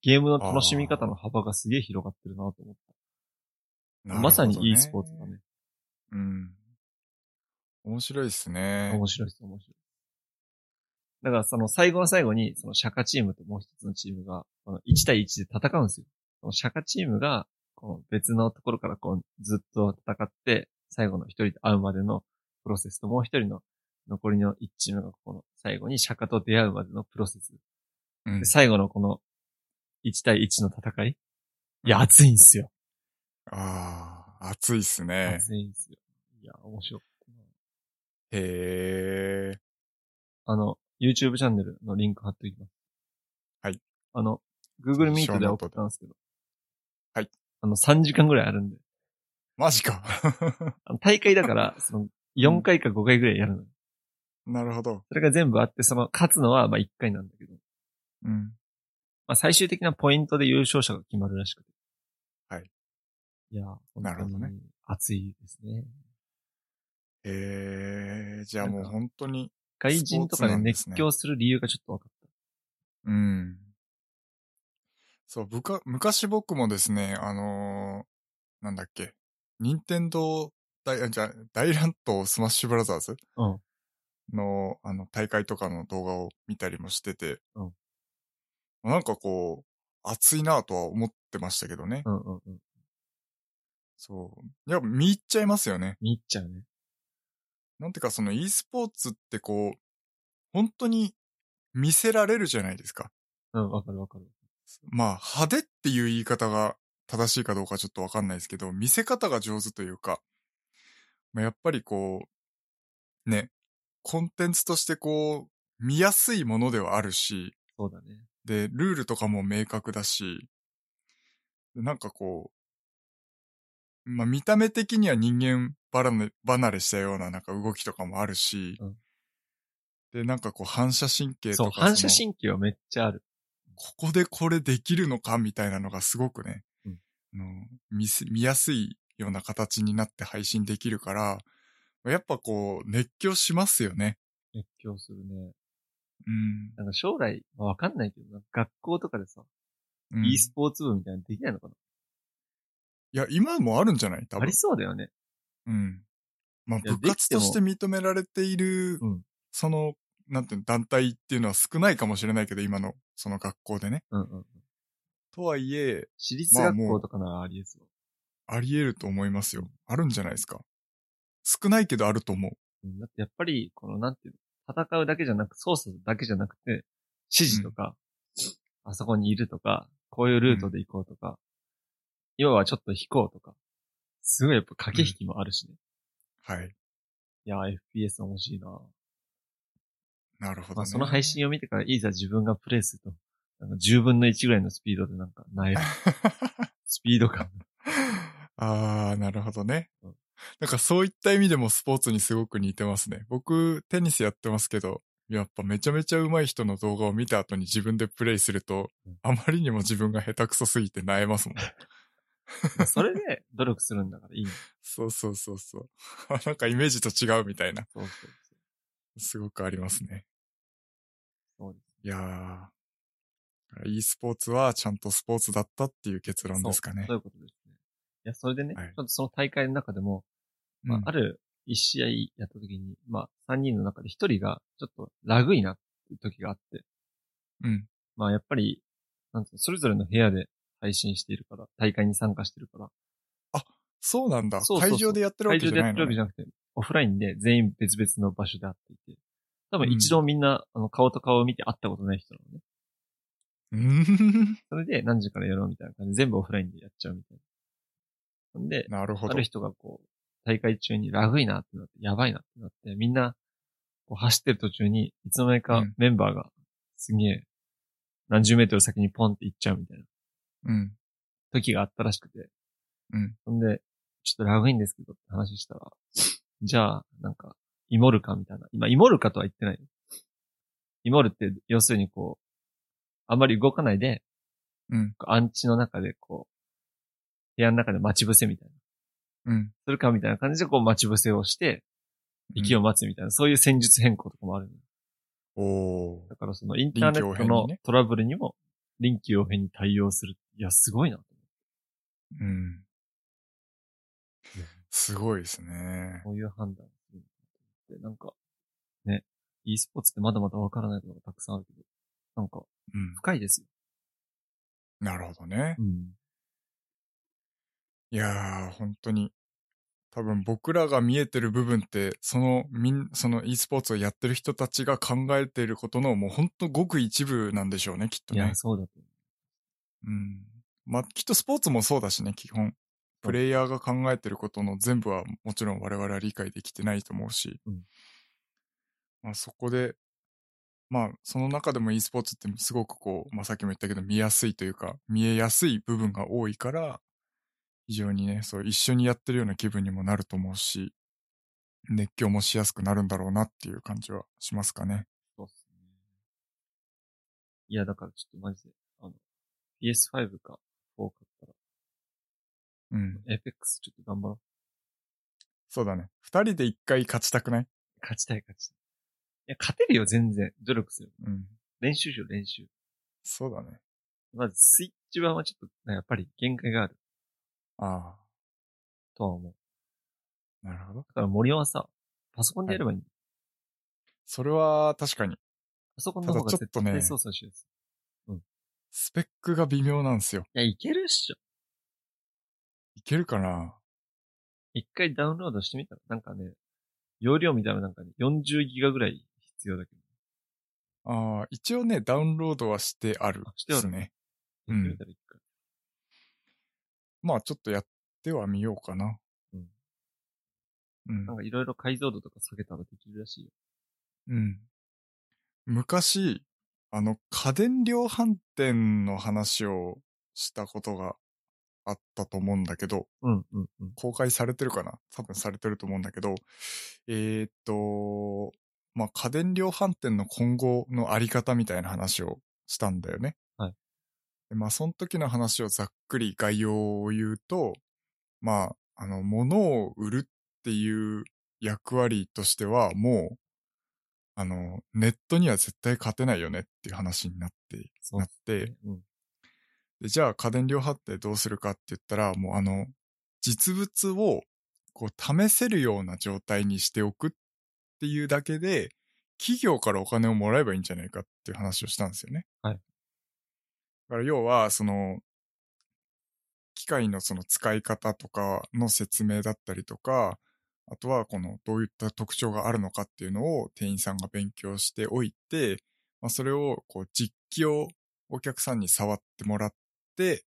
Speaker 2: ゲームの楽しみ方の幅がすげえ広がってるなと思っ
Speaker 1: なるほど
Speaker 2: た。
Speaker 1: ね
Speaker 2: まさに e スポーツだね。
Speaker 1: うん。面白いですね
Speaker 2: 面。白いです、面白い。だからその最後の最後に、その釈迦チームともう一つのチームが、この1対1で戦うんですよ。その釈迦チームが、この別のところからこうずっと戦って、最後の一人と会うまでのプロセスと、もう一人の残りの1チームがこの最後に釈迦と出会うまでのプロセス。
Speaker 1: うん
Speaker 2: で、最後のこの1対1の戦い。いや、熱いんですよ。
Speaker 1: ああ、熱いっすね。
Speaker 2: 熱いんですよ。いや、面白い。
Speaker 1: へえ。
Speaker 2: あの、YouTube チャンネルのリンク貼っておきます。
Speaker 1: はい。
Speaker 2: あの、Google
Speaker 1: ショ
Speaker 2: Meet
Speaker 1: ー
Speaker 2: で
Speaker 1: ノー
Speaker 2: 送
Speaker 1: ト
Speaker 2: っ
Speaker 1: で
Speaker 2: たんですけど。
Speaker 1: はい。
Speaker 2: あの、3時間ぐらいあるんで。
Speaker 1: マジか。
Speaker 2: あの大会だから、その、4回か5回ぐらいやるの。
Speaker 1: なるほど。
Speaker 2: それが全部あって、その、勝つのは、まあ、1回なんだけど。
Speaker 1: うん。
Speaker 2: まあ、最終的なポイントで優勝者が決まるらしくて。
Speaker 1: はい。
Speaker 2: いやー、本
Speaker 1: なるほ
Speaker 2: 当
Speaker 1: どね
Speaker 2: に熱いですね。
Speaker 1: へえ。じゃあもう本当に、
Speaker 2: 外人とか
Speaker 1: スポーツな
Speaker 2: で
Speaker 1: んで
Speaker 2: 熱
Speaker 1: すね
Speaker 2: 狂する理由がちょっと分かっ
Speaker 1: うん。そう、ぶか、昔僕もですね、あのーなんだっけ、任天堂大、あじゃあ、大乱闘スマッシュブラザーズ
Speaker 2: た。うん。
Speaker 1: の、あの、大会とかの動画を見たりもしてて、
Speaker 2: うん
Speaker 1: なんかこう、熱いなとは思ってましたけどね。
Speaker 2: うんうんうん。
Speaker 1: そう。いや、見入っちゃいますよね。
Speaker 2: 見入っちゃうね。
Speaker 1: なんていうか、その e スポーツってこう、本当に見せられるじゃないですか。
Speaker 2: うん、わかるわかる。
Speaker 1: まあ、派手っていう言い方が正しいかどうかちょっとわかんないですけど、見せ方が上手というか、まあ、やっぱりこう、ね、コンテンツとしてこう、見やすいものではあるし、
Speaker 2: そうだね。
Speaker 1: で、ルールとかも明確だし、でなんかこう、まあ見た目的には人間離れ離れしたようななんか動きとかもあるし、
Speaker 2: うん
Speaker 1: で、なんかこう反射神経
Speaker 2: そう、
Speaker 1: とか。
Speaker 2: 反射
Speaker 1: その
Speaker 2: 神経はめっちゃある。
Speaker 1: ここでこれできるのかみたいなのがすごくね、
Speaker 2: うん
Speaker 1: あの見す見やすいような形になって配信できるから、やっぱこう熱狂しますよね。
Speaker 2: 熱狂するね。
Speaker 1: うん。
Speaker 2: なんか将来、まあわかんないけど、なんか学校とかでさ、
Speaker 1: うん
Speaker 2: e スポーツ部みたいなのできないのかない
Speaker 1: や、今もあるんじゃない多
Speaker 2: あ
Speaker 1: 分
Speaker 2: り。そうだよね。
Speaker 1: うん。まあ、
Speaker 2: いや
Speaker 1: 部活として認められている、
Speaker 2: うん
Speaker 1: その、なんていうの、団体っていうのは少ないかもしれないけど、今の、その学校でね。
Speaker 2: うんうん。
Speaker 1: とはいえ、
Speaker 2: 私立学校とかならありえそう。
Speaker 1: あり得ると思いますよ。あるんじゃないですか。少ないけどあると思う。
Speaker 2: うんだってやっぱり、このなんていうの、戦うだけじゃなく、操作だけじゃなくて、指示とか、あそこにいるとか、こういうルートで行こうとか、要はちょっと引こうとか、すごいやっぱ駆け引きもあるしね。
Speaker 1: はい。
Speaker 2: いやー、FPS 面白いな
Speaker 1: なるほど、
Speaker 2: まあ、
Speaker 1: ね。
Speaker 2: その配信を見てから、いざ自分がプレイすると、なんか10分の1ぐらいのスピードでなんか、な えるスピード感。
Speaker 1: あー、なるほどね
Speaker 2: うん。
Speaker 1: なんかそういった意味でもスポーツにすごく似てますね。僕、テニスやってますけど、やっぱめちゃめちゃ上手い人の動画を見た後に自分でプレイすると
Speaker 2: うん、
Speaker 1: あまりにも自分が下手くそすぎて萎えますもん。
Speaker 2: まあそれで努力するんだからいいんだ。
Speaker 1: そうそうそうそう。 なんかイメージと違うみたいな、
Speaker 2: そうそうそう。
Speaker 1: すごくありますね。
Speaker 2: そうです。
Speaker 1: いやー、e スポーツはちゃんとスポーツだったっていう結論ですかね
Speaker 2: そう。。そういうことですね。いや、それでね、
Speaker 1: はい
Speaker 2: ちょっとその大会の中でも、まあ
Speaker 1: うん、
Speaker 2: ある一試合やった時に、まあ、三人の中で一人がちょっとラグいなっていう時があって、
Speaker 1: うん。
Speaker 2: まあ、やっぱり、なんつうの、それぞれの部屋で配信しているから、大会に参加してるから、
Speaker 1: そうなんだ
Speaker 2: そうそうそう
Speaker 1: 会場でやってるわ
Speaker 2: 会
Speaker 1: け
Speaker 2: 場
Speaker 1: じ
Speaker 2: で
Speaker 1: ゃ
Speaker 2: や
Speaker 1: な
Speaker 2: っ
Speaker 1: い
Speaker 2: てる
Speaker 1: の
Speaker 2: わけ
Speaker 1: ね、
Speaker 2: じゃなくて、オフラインで全員別々の場所で会っていて、多
Speaker 1: う
Speaker 2: 分
Speaker 1: ん
Speaker 2: 一度もみんな、あの、顔と顔を見て会ったことない人なのね。
Speaker 1: うん。
Speaker 2: それで何時からやろうみたいな感じで全部オフラインでやっちゃうみたいな。ほんで、
Speaker 1: なるほ
Speaker 2: あ
Speaker 1: ど
Speaker 2: る。人がこう、大会中にラグいなってなって、やばいなってなって、みんな、こう走ってる途中に、いつの間に
Speaker 1: う
Speaker 2: か
Speaker 1: ん
Speaker 2: メンバーが、すげえ、何十メートル先にポンって行っちゃうみたいな
Speaker 1: うん。
Speaker 2: 時があったらしくて。
Speaker 1: うん。
Speaker 2: ほんで、ちょっとラグいんですけどって話したら、じゃあ、なんか、イモルカみたいな。今、イモルカとは言ってないよ。イモルって、要するにこう、あんまり動かないで、
Speaker 1: うん。
Speaker 2: こうアンチの中でこう、部屋の中で待ち伏せみたいな。
Speaker 1: うん。
Speaker 2: するかみたいな感じでこう待ち伏せをして、息を待つみたいな、そういう戦術変更とかもあるの。
Speaker 1: おー
Speaker 2: だからそのインターネット
Speaker 1: 臨機応変
Speaker 2: の
Speaker 1: にね
Speaker 2: トラブルにも臨機応変に対応する。いや、すごいな。
Speaker 1: うん。すごいですね。
Speaker 2: こういう判断をするで、なんか、ね、e スポーツってまだまだわからないことがたくさんあるけど、なんか、
Speaker 1: うん。
Speaker 2: 深いですよ。
Speaker 1: なるほどね。
Speaker 2: うん。
Speaker 1: いやー、本当に。多分僕らが見えてる部分って、そのみん、その e スポーツをやってる人たちが考えていることのもう本当ごく一部なんでしょうね、きっと
Speaker 2: い
Speaker 1: ね
Speaker 2: や、。そうだと思
Speaker 1: うん。まあ、きっとスポーツもそうだしね、基本。プレイヤーが考えてることの全部はもちろん我々は理解できてないと思うし、
Speaker 2: うん
Speaker 1: まあ、そこで、まあ、その中でも e スポーツってすごくこう、まあ、さっきも言ったけど見やすいというか、見えやすい部分が多いから、非常にね、そう、一緒にやってるような気分にもなると思うし、熱狂もしやすくなるんだろうなっていう感じはしますかね。
Speaker 2: う。そうっすね。いや、だからちょっとマジで、あの、PS5 か4買ったら、
Speaker 1: うん。
Speaker 2: Apex ちょっと頑張ろう。
Speaker 1: そうだね。二人で一回勝ちたくない
Speaker 2: 勝ちたい勝ちたい。いや、勝てるよ、全然。努力する。
Speaker 1: うん。
Speaker 2: 練習しよう、練習。
Speaker 1: そうだね。
Speaker 2: まず、スイッチ版はちょっと、やっぱり限界がある
Speaker 1: あ
Speaker 2: とは思う。
Speaker 1: あ、なるほど。
Speaker 2: だから森はさ、パソコンでやればいい。
Speaker 1: それは確かに、
Speaker 2: パソコンの方が
Speaker 1: ただちょ
Speaker 2: 絶
Speaker 1: っとね
Speaker 2: 対操作しやす
Speaker 1: スペックが微妙なんですよ。
Speaker 2: い。いや、いけるっしょ。
Speaker 1: いけるかな
Speaker 2: 一回ダウンロードしてみたら、なんかね、容量みたいななんかね、40ギガぐらい必要だけど。
Speaker 1: ああ、一応ね、ダウンロードはしてある
Speaker 2: あしてあ
Speaker 1: です
Speaker 2: る
Speaker 1: ね。う
Speaker 2: やって
Speaker 1: ん
Speaker 2: みた。ら一回。
Speaker 1: まあ、ちょっとやってはみようかな。
Speaker 2: うん。
Speaker 1: うん
Speaker 2: なん。かいろいろ解像度とか下げたらできるらしいよ。
Speaker 1: うん。昔、あの、家電量販店の話をしたことがあったと思うんだけど、
Speaker 2: うん、うん、うん。
Speaker 1: 公開されてるかな多分されてると思うんだけど、えーっと、まあ、家電量販店の今後のあり方みたいな話をしたんだよね。
Speaker 2: はい
Speaker 1: でまあ、その時の話をざっくり概要を言うと、まあ、あの、物を売るっていう役割としては、もう、あの、ネットには絶対勝てないよねっていう話になって、
Speaker 2: そう
Speaker 1: なっ
Speaker 2: で
Speaker 1: て、
Speaker 2: すね。うん。
Speaker 1: で、じゃあ家電量販店どうするかって言ったら、もうあの、実物をこう試せるような状態にしておくっていうだけで、企業からお金をもらえばいいんじゃないかっていう話をしたんですよね。
Speaker 2: はい
Speaker 1: だから要は、その、機械のその使い方とかの説明だったりとか、あとはこのどういった特徴があるのかっていうのを店員さんが勉強しておいて、まあ、それをこう実機をお客さんに触ってもらってで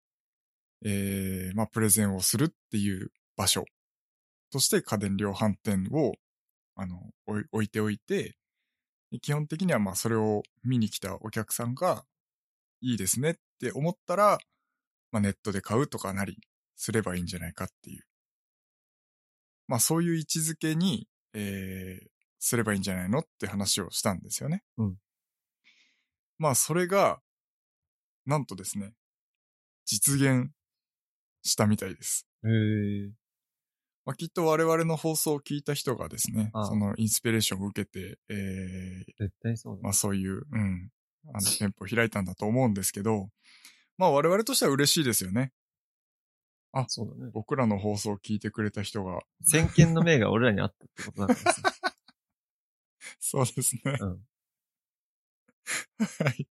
Speaker 1: えーまあ、プレゼンをするっていう場所として家電量販店を、あの、おい置いておいて、で基本的にはまあ、それを見に来たお客さんが、いいですねって思ったら、まあ、ネットで買うとかなりすればいいんじゃないかっていう。まあ、そういう位置づけに、えーすればいいんじゃないのって話をしたんですよね。
Speaker 2: うん
Speaker 1: まあ、それが、なんとですね、実現したみたいです。
Speaker 2: へえ。
Speaker 1: まあ、きっと我々の放送を聞いた人がですね、
Speaker 2: ああ
Speaker 1: そのインスピレーションを受けて、えー
Speaker 2: 絶対そうだ。
Speaker 1: まあそういう、うん、 あの店舗を開いたんだと思うんですけど、まあ我々としては嬉しいですよね。
Speaker 2: そうだね。
Speaker 1: 僕らの放送を聞いてくれた人が。
Speaker 2: 先見の明が俺らにあったってことだから さ。
Speaker 1: そうですね。
Speaker 2: うん。
Speaker 1: はい。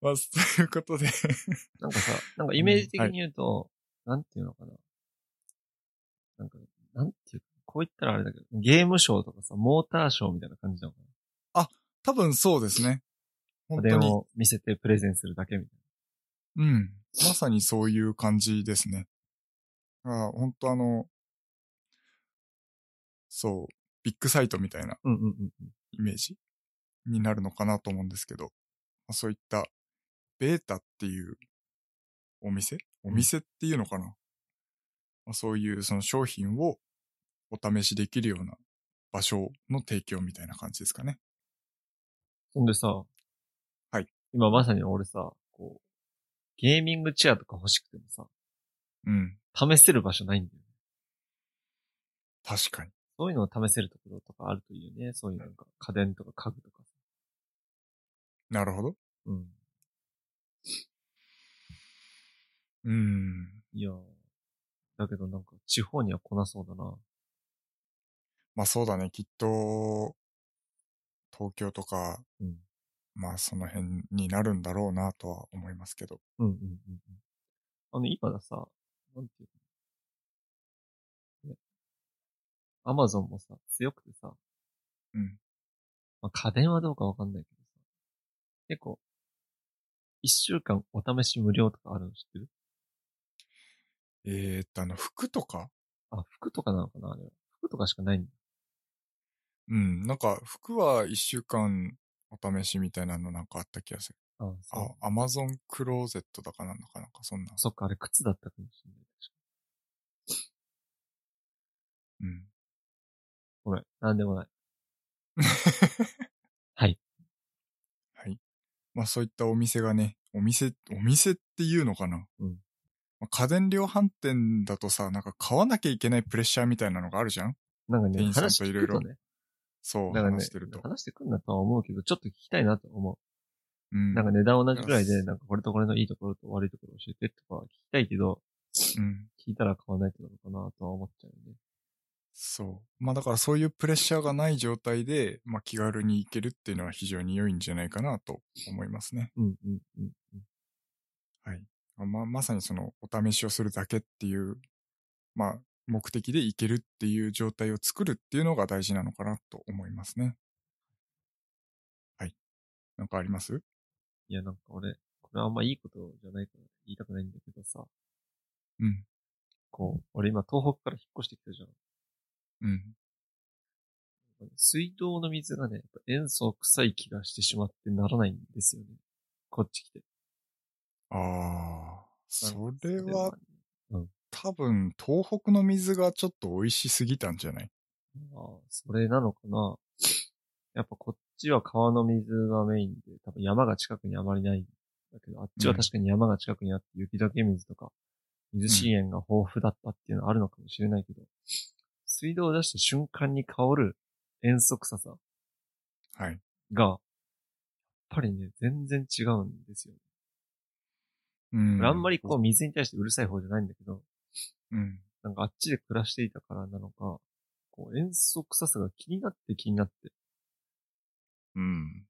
Speaker 1: まあ、ということで、
Speaker 2: なんかさ、なんかイメージ的に言うと、なんていうのかな。なんか、なんていうか、こう言ったらあれだけど、ゲームショーとかさ、モーターショーみたいな感じなのか
Speaker 1: 多分そうですね。
Speaker 2: な。
Speaker 1: 本
Speaker 2: 家
Speaker 1: 当
Speaker 2: 電
Speaker 1: に。
Speaker 2: を見せてプレゼンするだけみたい
Speaker 1: うん。まさにそういう感じですね。あ本当あの、そう、ビッグサイトみたいな
Speaker 2: な。うんうんうんうん。
Speaker 1: イメージになるのかなと思うんですけど、まあ、そういったベータっていうお店お店っていうのかな、まあ、そういうその商品をお試しできるような場所の提供みたいな感じですかね。
Speaker 2: そんでさ、
Speaker 1: はい。
Speaker 2: 今まさに俺さ、こう、ゲーミングチェアとか欲しくてもさ、
Speaker 1: うん。
Speaker 2: 試せる場所ないんだよね。
Speaker 1: 確かに。
Speaker 2: そういうのを試せるところとかあるといいよね。そういうなんか家電とか家具とかさ。
Speaker 1: なるほど。
Speaker 2: うん。
Speaker 1: うん。
Speaker 2: いやーだけどなんか地方には来なそうだな。
Speaker 1: まあそうだね。きっと、東京とか、
Speaker 2: うん
Speaker 1: まあその辺になるんだろうなとは思いますけど。
Speaker 2: うんうんうんうん。あの、今ださ、なんていうのねアマゾンもさ、強くてさ、
Speaker 1: うん。
Speaker 2: まあ、家電はどうかわかんないけどさ、結構、一週間お試し無料とかあるの知ってる
Speaker 1: えー、っと、あの、服とか
Speaker 2: あ、服とかなのかなあれは。服とかしかないんだ。
Speaker 1: うん、なんか服は一週間お試しみたいなのなんかあった気がする。
Speaker 2: あ、そう。
Speaker 1: あ、アマゾンクローゼットだかなんだかなんかそんな。
Speaker 2: そっか、あれ靴だったかもしれない。確か
Speaker 1: うん。
Speaker 2: ごめん、なんでもない。
Speaker 1: はい。まあそういったお店がね、お店、お店っていうのかな。
Speaker 2: うん
Speaker 1: まあ家電量販店だとさ、なんか買わなきゃいけないプレッシャーみたいなのがあるじゃん
Speaker 2: なんかね
Speaker 1: 店、員さんと
Speaker 2: 話聞くとね、
Speaker 1: そう、
Speaker 2: なんかね
Speaker 1: 話してると、。
Speaker 2: 話してくんだとは思うけど、ちょっと聞きたいなと思う。
Speaker 1: うん。
Speaker 2: なんか値段同じくらい
Speaker 1: よ
Speaker 2: で、
Speaker 1: し
Speaker 2: なんかこれとこれのいいところと悪いところ教えてとか聞きたいけど、
Speaker 1: うん。
Speaker 2: 聞いたら買わないとなのかなとは思っちゃうよね。
Speaker 1: そう。まあだからそういうプレッシャーがない状態で、まあ気軽に行けるっていうのは非常に良いんじゃないかなと思いますね。
Speaker 2: うんうんうんうん。
Speaker 1: はい。ま、まさにそのお試しをするだけっていう、まあ、目的でいけるっていう状態を作るっていうのが大事なのかなと思いますね。はい。なんかあります
Speaker 2: いやなんか俺、これあんまいいことじゃないから言いたくないんだけどさ、
Speaker 1: うん。
Speaker 2: こう、俺今東北から引っ越してきたじゃん。
Speaker 1: うん。
Speaker 2: 水道の水がね、やっぱ塩素臭い気がしてしまってならないんですよね。こっち来て。
Speaker 1: ああ、それは
Speaker 2: うん
Speaker 1: 多分東北の水がちょっと美味しすぎたんじゃない
Speaker 2: ああ、それなのかな。やっぱこっちは川の水がメインで、多分山が近くにあまりないんだけど、あっちは確かに山が近くにあって、雪解け水とか、水資源が豊富だったっていうのはあるのかもしれないけど、水道を出した瞬間に香る塩素臭さ
Speaker 1: はい。
Speaker 2: が、やっぱりね、全然違うんですよ。
Speaker 1: うん
Speaker 2: 俺あんまりこう水に対してうるさい方じゃないんだけど、
Speaker 1: うん。
Speaker 2: なんかあっちで暮らしていたからなのか、こう塩素臭さが気になって気になって、
Speaker 1: うん。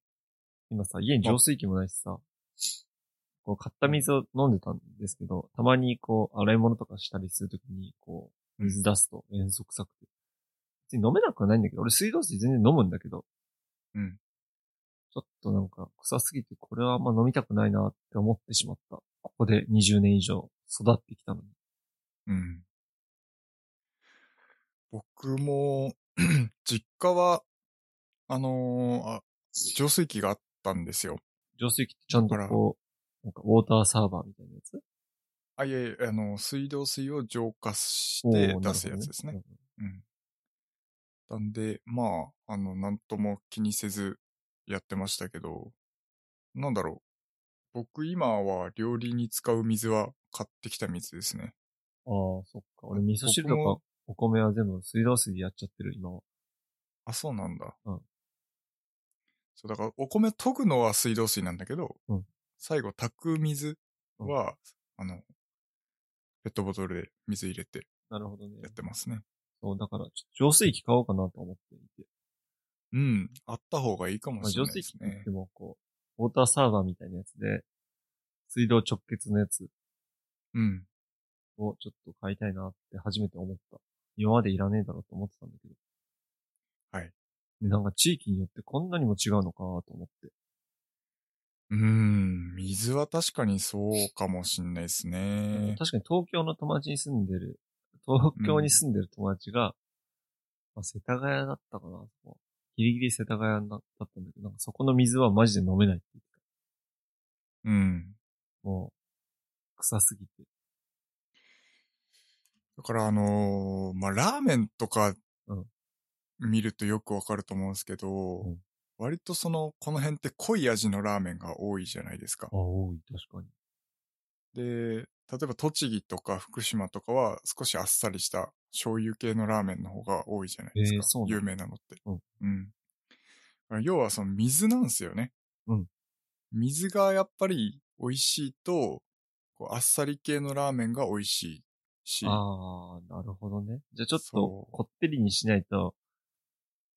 Speaker 2: 今さ、家に浄水器もないしさ、こう、買った水を飲んでたんですけど、たまにこう、洗い物とかしたりするときに、こう、水出すと塩素臭くて。別に飲めなくはないんだけど、俺水道水全然飲むんだけど、
Speaker 1: うん。
Speaker 2: ちょっとなんか、臭すぎて、これはあんま飲みたくないなって思ってしまった。ここで20年以上育ってきたのに。
Speaker 1: うん。僕も、 実家は、あのーあ、浄水器があったんですよ。
Speaker 2: 浄水器ってちゃんとこう、なんか、ウォーターサーバーみたいなやつ
Speaker 1: あ、いえいえ、あの、水道水を浄化して出すやつですね。。うん。なんで、まあ、あの、なんとも気にせずやってましたけど、なんだろう。僕今は料理に使う水は買ってきた水ですね。
Speaker 2: ああ、そっか。俺、味噌汁と
Speaker 1: 僕
Speaker 2: か
Speaker 1: も
Speaker 2: お米は全部水道水でやっちゃってる、今は。
Speaker 1: あ、そうなんだ。
Speaker 2: うん
Speaker 1: そう、だからお米研ぐのは水道水なんだけど、
Speaker 2: うん
Speaker 1: 最後炊く水は、あの、ペットボトルで水入れて
Speaker 2: なるほどね
Speaker 1: やってますね。
Speaker 2: そう、だから、ちょっと浄水器買おうかなと思っていて。
Speaker 1: うん。あった方がいいかも
Speaker 2: まあ、
Speaker 1: しれ
Speaker 2: 浄
Speaker 1: ないで
Speaker 2: 水器
Speaker 1: す
Speaker 2: って言っ
Speaker 1: ね
Speaker 2: て。も、こう、ウォーターサーバーみたいなやつで、水道直結のやつ
Speaker 1: うん。
Speaker 2: をちょっと買いたいなって初めて思った。今までいらねえだろうと思ってたんだけど。
Speaker 1: はい。
Speaker 2: で、なんか地域によってこんなにも違うのかと思って。
Speaker 1: うーん、水は確かにそうかもしんないですね。
Speaker 2: 確かに東京の友達に住んでる、東京に住んでる友達が、まあ、世田谷だったかな、そこギリギリ世田谷なだったんだけど、なんかそこの水はマジで飲めないって言って
Speaker 1: うん。
Speaker 2: た。もう、臭すぎて。
Speaker 1: だからあのーまあ、ラーメンとか
Speaker 2: うん、
Speaker 1: 見るとよくわかると思うんですけど、
Speaker 2: うん
Speaker 1: 割とその、この辺って濃い味のラーメンが多いじゃないですか
Speaker 2: あ、。多い、確かに。
Speaker 1: で、例えば栃木とか福島とかは少しあっさりした醤油系のラーメンの方が多いじゃないですか。
Speaker 2: えーそうなんだ
Speaker 1: 有名なのって。
Speaker 2: うん
Speaker 1: うん。要はその水なんですよね。
Speaker 2: うん
Speaker 1: 水がやっぱり美味しいと、こうあっさり系のラーメンが美味しいし、
Speaker 2: ああ、なるほどね。じゃあちょっと
Speaker 1: そう、
Speaker 2: こってりにしないと、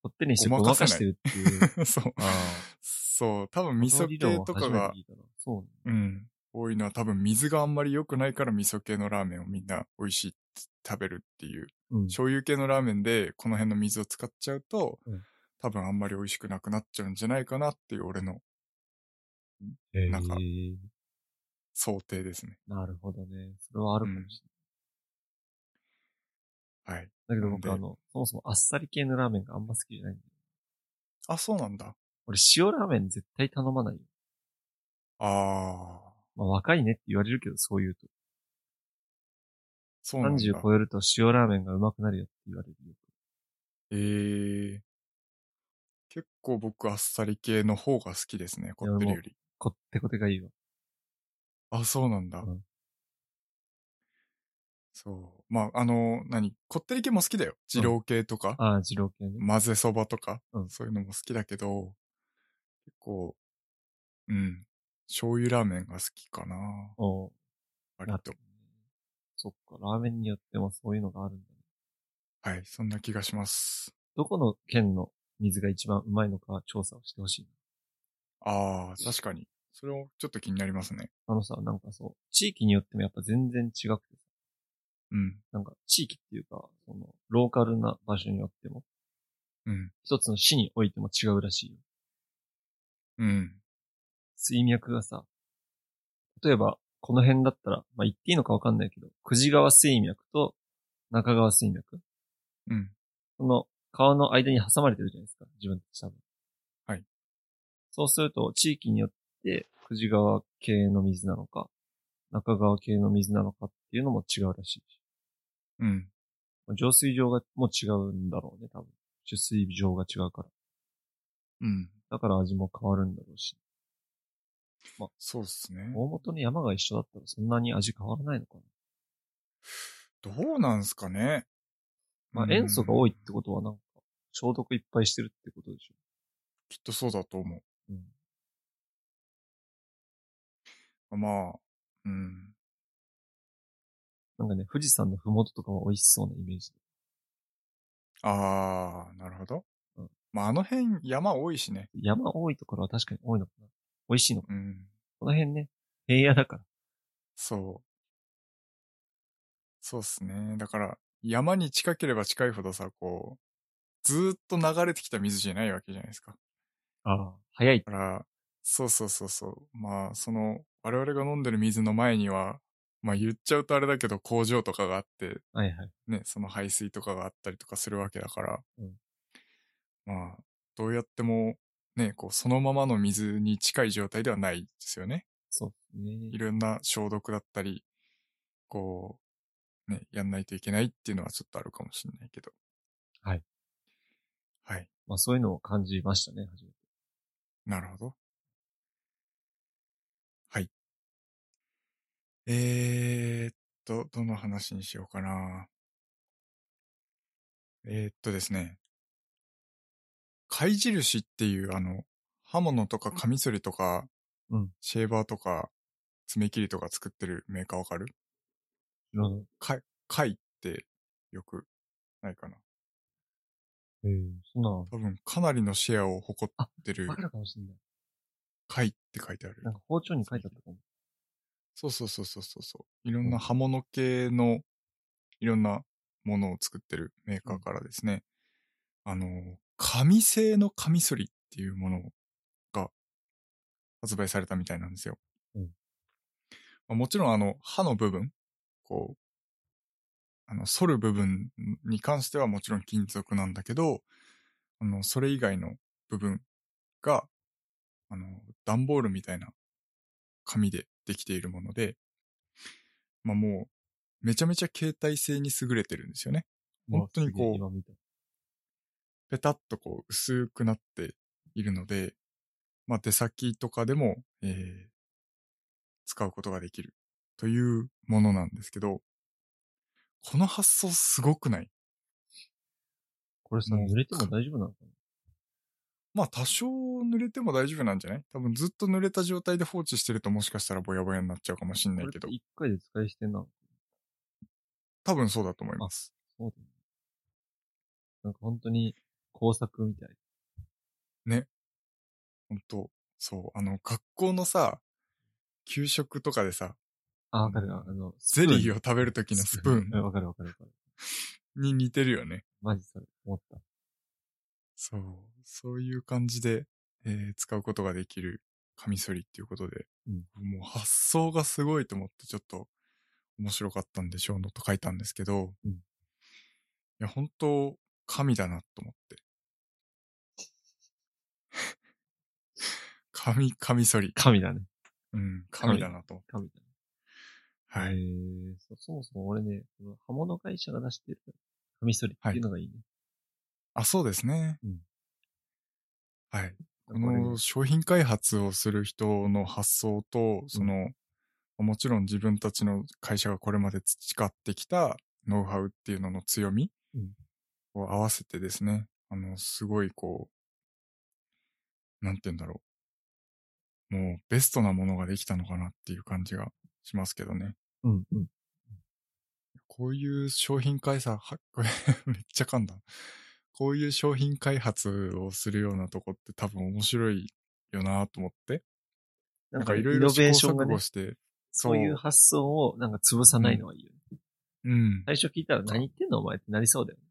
Speaker 2: こってりにしてご
Speaker 1: ご
Speaker 2: ま
Speaker 1: ま
Speaker 2: か
Speaker 1: か
Speaker 2: し
Speaker 1: せ
Speaker 2: て
Speaker 1: な
Speaker 2: るっ ていう。
Speaker 1: そう。
Speaker 2: あ
Speaker 1: そう。多分
Speaker 2: あ。
Speaker 1: 味噌系とか
Speaker 2: この理論
Speaker 1: が
Speaker 2: は初、めて聞いたなそうね。
Speaker 1: うん。多いのは多分水があんまり良くないから味噌系のラーメンをみんな美味しいって食べるっていう
Speaker 2: うん。
Speaker 1: 醤油系のラーメンでこの辺の水を使っちゃうと、
Speaker 2: うん
Speaker 1: 多分あんまり美味しくなくなっちゃうんじゃないかなっていう俺のなんか
Speaker 2: へー
Speaker 1: 想定ですね。
Speaker 2: なるほどね。それはあるかもしれない。
Speaker 1: はい。
Speaker 2: だけど
Speaker 1: なんで
Speaker 2: 僕あの、そもそもあっさり系のラーメンがあんま好きじゃないんだよ。
Speaker 1: あ、そうなんだ。
Speaker 2: 俺塩ラーメン絶対頼まないよ。
Speaker 1: あー。
Speaker 2: まあ若いねって言われるけど、そう言うと。
Speaker 1: そうなんだ
Speaker 2: 30。超えると塩ラーメンがうまくなるよって言われるよ。
Speaker 1: えー。結構僕あっさり系の方が好きですね、こってりより。
Speaker 2: こってこてがいいわ。
Speaker 1: あ、そうなんだ。
Speaker 2: うん
Speaker 1: そう。まあ、あの、何こってり系も好きだよ。二郎系とか、
Speaker 2: ああ、二郎系ね。
Speaker 1: 混ぜそばとか、
Speaker 2: うん
Speaker 1: そういうのも好きだけど、結構、うん、醤油ラーメンが好きかな、
Speaker 2: おう
Speaker 1: 割
Speaker 2: なる
Speaker 1: と
Speaker 2: ほどね。そっか、ラーメンによってもそういうのがあるんだね。
Speaker 1: はい、そんな気がします。
Speaker 2: どこの県の水が一番うまいのか調査をしてほしい。
Speaker 1: ああ、確かに。それもちょっと気になりますね。
Speaker 2: あのさ、なんかそう、地域によってもやっぱ全然違くてさ、
Speaker 1: うん、
Speaker 2: なんか地域っていうか、その、ローカルな場所によっても、
Speaker 1: うん、
Speaker 2: 一つの市においても違うらしいよ。
Speaker 1: うん、
Speaker 2: 水脈がさ、例えば、この辺だったら、まあ、言っていいのかわかんないけど、久慈川水脈と中川水脈、
Speaker 1: うん、
Speaker 2: その川の間に挟まれてるじゃないですか、自分たち多分。
Speaker 1: はい。
Speaker 2: そうすると、地域によって、久慈川系の水なのか、中川系の水なのかっていうのも違うらしいし。
Speaker 1: うん、
Speaker 2: まあ浄水場がもう違うんだろうね、多分。取水場が違うから。
Speaker 1: うん。
Speaker 2: だから味も変わるんだろうし。
Speaker 1: そうですね。
Speaker 2: 大元の山が一緒だったらそんなに味変わらないのかな。
Speaker 1: どうなんすかね。
Speaker 2: まあ、
Speaker 1: うん
Speaker 2: 塩素が多いってことはなんか、消毒いっぱいしてるってことでしょ。
Speaker 1: きっとそうだと思
Speaker 2: うん。
Speaker 1: う。まあ、うん。
Speaker 2: なんかね、富士山のふもととかは美味しそうなイメージ。
Speaker 1: あー、なるほど。
Speaker 2: うん
Speaker 1: まあ、あの辺山多いしね。
Speaker 2: 山多いところは確かに多いのかな。美味しいのかな。
Speaker 1: うん。
Speaker 2: この辺ね、平野だから。
Speaker 1: そう。そうっすね。だから、山に近ければ近いほどさ、こう、ずーっと流れてきた水じゃないわけじゃないですか。
Speaker 2: ああ、早い。
Speaker 1: だから、そうそうそうそう。まあ、その、我々が飲んでる水の前には、まあ言っちゃうとあれだけど工場とかがあって、
Speaker 2: はいはい。
Speaker 1: ね、その排水とかがあったりとかするわけだから、
Speaker 2: うん
Speaker 1: まあ、どうやっても、ね、こう、そのままの水に近い状態ではないですよね。
Speaker 2: そう
Speaker 1: い
Speaker 2: ね。
Speaker 1: ろんな消毒だったり、こう、ね、やんないといけないっていうのはちょっとあるかもしれないけど。
Speaker 2: はい。
Speaker 1: はい。
Speaker 2: まあそういうのを感じましたね、初めて。
Speaker 1: なるほど。はい。えー、っと、どの話にしようかな。えー、っとですね。貝印っていう、あの、刃物とかカミソリとか、
Speaker 2: うん
Speaker 1: シェーバーとか、爪切りとか作ってるメーカーわかる
Speaker 2: 知らない。
Speaker 1: 貝、貝ってよくないかな。
Speaker 2: ええそんなの
Speaker 1: 多分かなりのシェアを誇ってる
Speaker 2: バカかもしんない。
Speaker 1: 貝って書いてある
Speaker 2: な。んか包丁に書いてあったかも。
Speaker 1: そうそうそうそうそうそう。いろんな刃物系のいろんなものを作ってるメーカーからですね、あの、紙製のカミソリっていうものが発売されたみたいなんですよ。
Speaker 2: うん
Speaker 1: まあ、もちろんあの、刃の部分、こう、あの、反る部分に関してはもちろん金属なんだけど、あの、それ以外の部分が、あの、段ボールみたいな紙でできているもので、まあもう、めちゃめちゃ携帯性に優れてるんですよね。本当にこう
Speaker 2: まあすげえ今見た。
Speaker 1: ペタッとこう薄くなっているので、まあ手先とかでも、えー使うことができるというものなんですけど、この発想すごくない
Speaker 2: これさ、
Speaker 1: もう
Speaker 2: 濡れても大丈夫なのかな
Speaker 1: まあ多少濡れても大丈夫なんじゃない多分ずっと濡れた状態で放置してるともしかしたらぼやぼやになっちゃうかもしん ない
Speaker 2: これ
Speaker 1: けど
Speaker 2: って、一回で使い捨てなの
Speaker 1: 多分そうだと思います。
Speaker 2: そうだよね。なんか本当に工作みたい。
Speaker 1: 本当そう、あの、学校のさ、給食とかでさ、
Speaker 2: あ、わかるわ。あの、
Speaker 1: ゼリーを
Speaker 2: を
Speaker 1: 食べるときのスプーン
Speaker 2: わかるわかるわかる。
Speaker 1: に似てるよね。
Speaker 2: マジそれ、思った。
Speaker 1: そう、そういう感じで、えー使うことができるカミソリっていうことで、もう発想がすごいと思って、ちょっと面白かったんでしょうのと書いたんですけど、
Speaker 2: うん
Speaker 1: いや、本当神だなと思って。神、カミソリ。
Speaker 2: 神だね。
Speaker 1: うん、神だなと思って。
Speaker 2: 神だね。
Speaker 1: は
Speaker 2: え
Speaker 1: い。
Speaker 2: ー、そそもそも俺ね、この刃物会社が出してる、カミソリっていうのがいいね。
Speaker 1: あ、そうですね。
Speaker 2: うん
Speaker 1: はい。こ
Speaker 2: なんか俺ね
Speaker 1: の商品開発をする人の発想と、その、もちろん自分たちの会社がこれまで培ってきたノウハウっていうのの強み
Speaker 2: うん
Speaker 1: を合わせてですね、あの、すごいこう、なんて言うんだろう。もうベストなものができたのかなっていう感じがしますけどね。
Speaker 2: うん、うん。
Speaker 1: こういう商品開発、はこれ めっちゃ噛んだ。こういう商品開発をするようなとこって多分面白いよなと思って。な
Speaker 2: な
Speaker 1: ん
Speaker 2: ん
Speaker 1: か
Speaker 2: か
Speaker 1: い
Speaker 2: いろ
Speaker 1: ろい
Speaker 2: い
Speaker 1: ろ
Speaker 2: ろ
Speaker 1: 試
Speaker 2: ベ
Speaker 1: 行
Speaker 2: ーショ
Speaker 1: 錯
Speaker 2: ンがね
Speaker 1: 誤、して。
Speaker 2: そういう
Speaker 1: そ
Speaker 2: 発想をなんか潰さないのはいいよね。
Speaker 1: う。うん。
Speaker 2: 最初聞いたら何言ってんのお前ってなりそうだよね。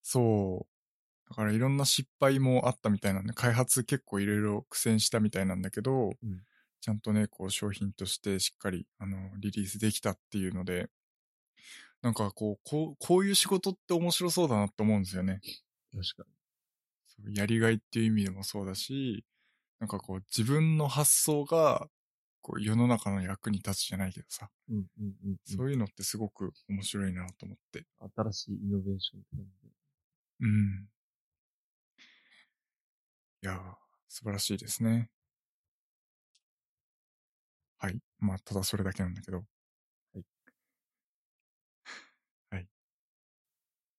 Speaker 1: そう。だからいろんな失敗もあったみたいなんで、開発結構いろいろ苦戦したみたいなんだけど、
Speaker 2: うん
Speaker 1: ちゃんとね、こう商品としてしっかり、あの、リリースできたっていうので、なんかこう、こう、こういう仕事って面白そうだなって思うんですよね。
Speaker 2: 確か
Speaker 1: そうやりがいっていう意味でもそうだし、なんかこう自分の発想がこう世の中の役に立つじゃないけどさ、
Speaker 2: に。うん、うん、うん。
Speaker 1: そういうのってすごく面白いなと思って。
Speaker 2: 新しいイノベーションって感じで。
Speaker 1: うん。いやー素晴らしいですね。はい。まあ、ただそれだけなんだけど。はい。はい。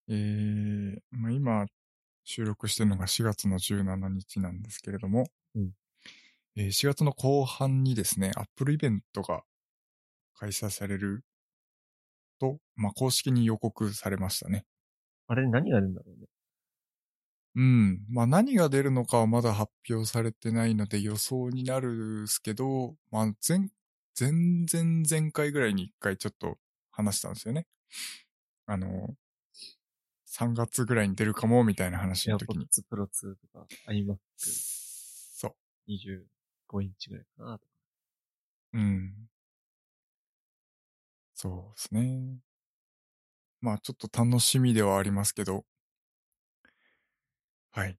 Speaker 1: えー、まあ今、収録してるのが4月の17日なんですけれども、
Speaker 2: うん
Speaker 1: えー4月の後半にですね、Apple イベントが開催されると、まあ、公式に予告されましたね。
Speaker 2: あれ何が出るんだろうね。
Speaker 1: うん。まあ何が出るのかはまだ発表されてないので予想になるっすけど、まあ前、前々前回ぐらいに一回ちょっと話したんですよね。あの、3月ぐらいに出るかもみたいな話
Speaker 2: エア
Speaker 1: の
Speaker 2: ポ
Speaker 1: 時
Speaker 2: ッ
Speaker 1: に。
Speaker 2: ツプロ2とか iMac
Speaker 1: そう。
Speaker 2: 25インチぐらいかなとか。
Speaker 1: うん。そうですね。まあちょっと楽しみではありますけど。はい。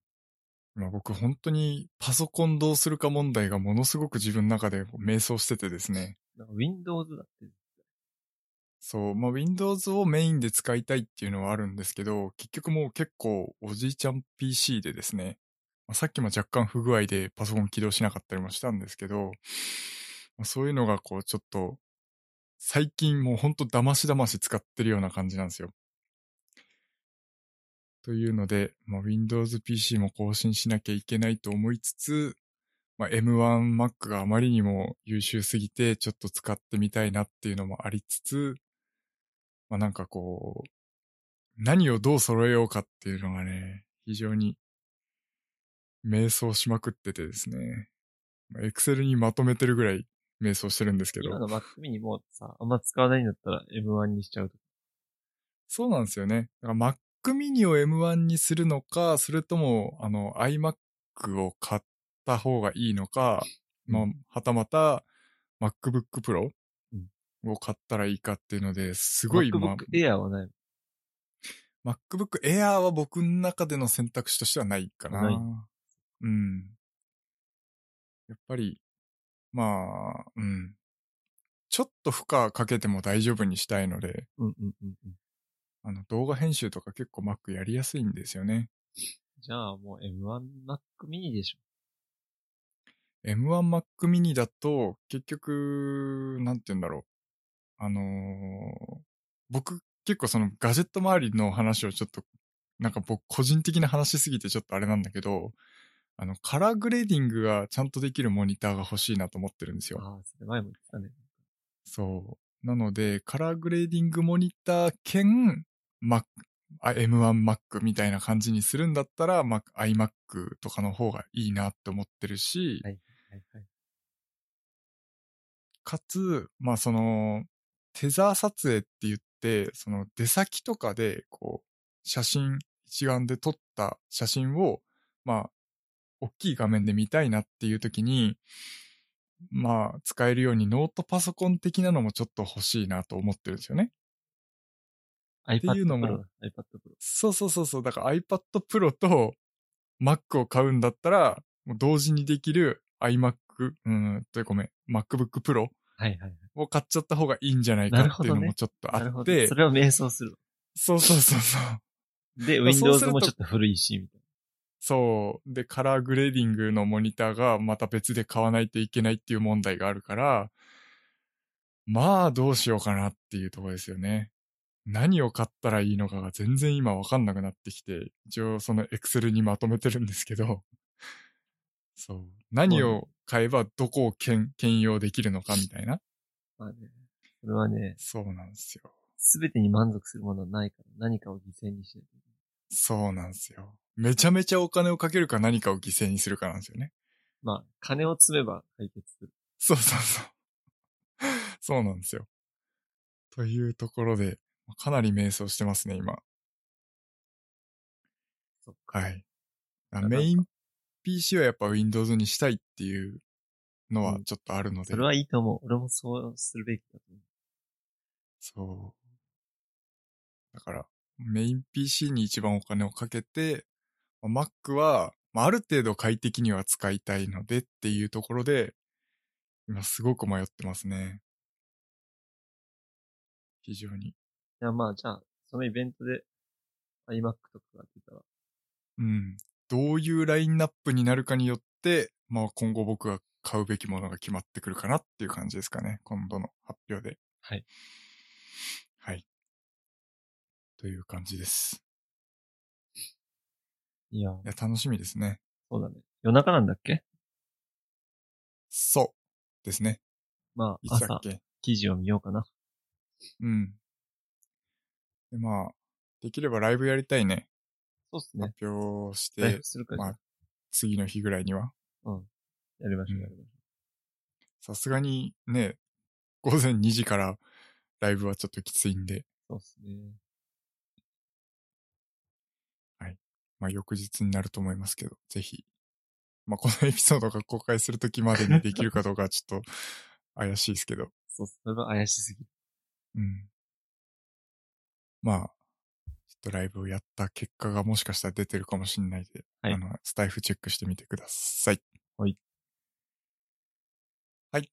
Speaker 1: 今僕本当にパソコンどうするか問題がものすごく自分の中でこう迷走しててですね。
Speaker 2: なんか Windows だって。
Speaker 1: そう、まあ Windows をメインで使いたいっていうのはあるんですけど、結局もう結構おじいちゃん PC でですね、まあ、さっきも若干不具合でパソコン起動しなかったりもしたんですけど、まあ、そういうのがこうちょっと、最近もうほんとだましだまし使ってるような感じなんですよ。というので、まあ、Windows PC も更新しなきゃいけないと思いつつ、まあ、M1Mac があまりにも優秀すぎて、ちょっと使ってみたいなっていうのもありつつ、まあ、なんかこう、何をどう揃えようかっていうのがね、非常に迷走しまくっててですね。まあ Excel にまとめてるぐらい迷走してるんですけど。
Speaker 2: 今の Mac mini もさ、あんま使わないんだったら M1 にしちゃうとか。
Speaker 1: そうなんですよね。だから Mac mini を M1 にするのか、それとも、あの、iMac を買った方がいいのか、まあ、はたまた MacBook Pro
Speaker 2: うん
Speaker 1: を買ったらいいかっていうので、す
Speaker 2: す
Speaker 1: ごい、ま
Speaker 2: MacBook Air はない。
Speaker 1: あ、MacBook Air は僕の中での選択肢としてはないかな。
Speaker 2: ない
Speaker 1: うん。やっぱり、まあ、うん。ちょっと負荷かけても大丈夫にしたいので、
Speaker 2: うんうんうんうん。
Speaker 1: あの動画編集とか結構 Mac やりやすいんですよね。
Speaker 2: じゃあもう M1 Mac mini でし
Speaker 1: M1Mac mini だと結局、なんて言うんだろう。あのー僕結構そのガジェット周りの話をちょっと、なんか僕個人的な話すぎてちょっとあれなんだけど、あのカラーグレーディングがちゃんとできるモニターが欲しいなと思ってるんです
Speaker 2: ょ。
Speaker 1: よ。
Speaker 2: ああ、それ前も言ってたね。
Speaker 1: そう。なので、カラーグレーディングモニター兼、Mac、あ M1Mac みたいな感じにするんだったら、Mac、iMac とかの方がいいなって思ってるし、
Speaker 2: はいはいはい。
Speaker 1: かつ、まあその、テザー撮影って言って、その出先とかで、こう、写真、一眼で撮った写真を、まあ、大きい画面で見たいなっていう時に、まあ、使えるようにノートパソコン的なのもちょっと欲しいなと思ってるんですよね。
Speaker 2: iPad
Speaker 1: いうのも
Speaker 2: Pro だ。iPad Pro。
Speaker 1: そうそうそうそう。だから iPad Pro と Mac を買うんだったら、もう同時にできる iMac、うん、というごめん、MacBook Pro
Speaker 2: はいはいはい。
Speaker 1: を買っちゃった方がいいんじゃない
Speaker 2: な
Speaker 1: か
Speaker 2: る
Speaker 1: っ
Speaker 2: ほ
Speaker 1: ていう
Speaker 2: どね
Speaker 1: のもちょっと
Speaker 2: なる
Speaker 1: あ
Speaker 2: ほ
Speaker 1: っ
Speaker 2: ど。
Speaker 1: て、
Speaker 2: それは瞑想するわ。
Speaker 1: そうそうそうそう。
Speaker 2: で、
Speaker 1: まあそうす
Speaker 2: Windows
Speaker 1: ると
Speaker 2: もちょっと古いし、みたい
Speaker 1: そう。で、カラーグレーディングのモニターがまた別で買わないといけないっていう問題があるから、まあどうしようかなっていうところですよね。何を買ったらいいのかが全然今わかんなくなってきて、一応その Excel にまとめてるんですけど、そう。何を買えばどこを兼兼用できるのかみたいな。
Speaker 2: な。まあね。それはね、
Speaker 1: そうなんですよ。
Speaker 2: すべてに満足するものはないから、何かを犠牲にしないといけない。
Speaker 1: そうなんですよ。めちゃめちゃお金をかけるか何かを犠牲にするかなんですよね。
Speaker 2: まあ、金を積めば解決する。
Speaker 1: そうそう そう。そうなんですよ。というところで、かなり迷走してますね、今。
Speaker 2: そっか。
Speaker 1: はい。
Speaker 2: んか
Speaker 1: メイン PC はやっぱ Windows にしたいっていうのはちょっとあるので。
Speaker 2: それはいいと思う。俺もそうするべきだと思う。
Speaker 1: そう。だから、メイン PC に一番お金をかけて、まあ Mac は、まあ、ある程度快適には使いたいのでっていうところで、今すごく迷ってますね。非常に。
Speaker 2: いや、まあ、じゃあ、そのイベントで iMac とかが出たら、
Speaker 1: うん。どういうラインナップになるかによっって、まあ今後僕が買うべきものが決まってくるかなっていう感じですかね。今度の発表で。
Speaker 2: はい。
Speaker 1: はい。という感じです。
Speaker 2: いや、
Speaker 1: いや、楽しみですね。
Speaker 2: そうだね。夜中なんだっけ
Speaker 1: そう。ですね。
Speaker 2: ま
Speaker 1: い
Speaker 2: あ、
Speaker 1: つだっ
Speaker 2: 朝、
Speaker 1: け
Speaker 2: 記事を見ようかな。
Speaker 1: うん。で、まあ、できればライブやりたいね。
Speaker 2: そうっすね。
Speaker 1: 発表し
Speaker 2: ライ
Speaker 1: て
Speaker 2: ブ、するか
Speaker 1: ま
Speaker 2: ら
Speaker 1: あ、次の日ぐらいには。
Speaker 2: やりましょ
Speaker 1: う
Speaker 2: う、
Speaker 1: ん
Speaker 2: やりましょ
Speaker 1: さすがにね、午前2時からライブはちょっときついんで、
Speaker 2: う。そうっすね。
Speaker 1: まあ翌日になると思いますけど、ぜひ。まあこのエピソードが公開するときまでにできるかどうかはちょっと怪しいですけど。
Speaker 2: そう、それは怪しすぎる。
Speaker 1: うん。まあ、ちょっとライブをやった結果がもしかしたら出てるかもしれないで、
Speaker 2: はい
Speaker 1: あの、スタイフチェックしてみてください。
Speaker 2: はい。
Speaker 1: はい。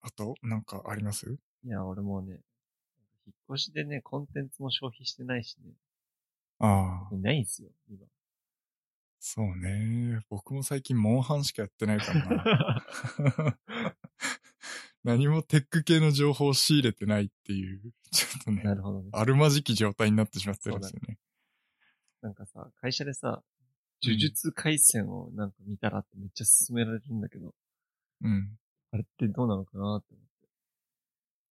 Speaker 1: あと、なんかあります
Speaker 2: いや、俺もうね、引っ越しでね、コンテンツも消費してないしね、
Speaker 1: ああ、
Speaker 2: ないんすよ、 今。
Speaker 1: そうね。僕も最近モンハンしかやってないからな。 何もテック系の情報を仕入れてないっていう、ちょっとね、
Speaker 2: なるほどね。
Speaker 1: あるまじき状態になってしまってるんですよね。
Speaker 2: なんかさ、会社でさ、呪術回戦をなんか見たらってめっちゃ勧められるんだけど、
Speaker 1: うん。
Speaker 2: あれってどうなのかなって思って。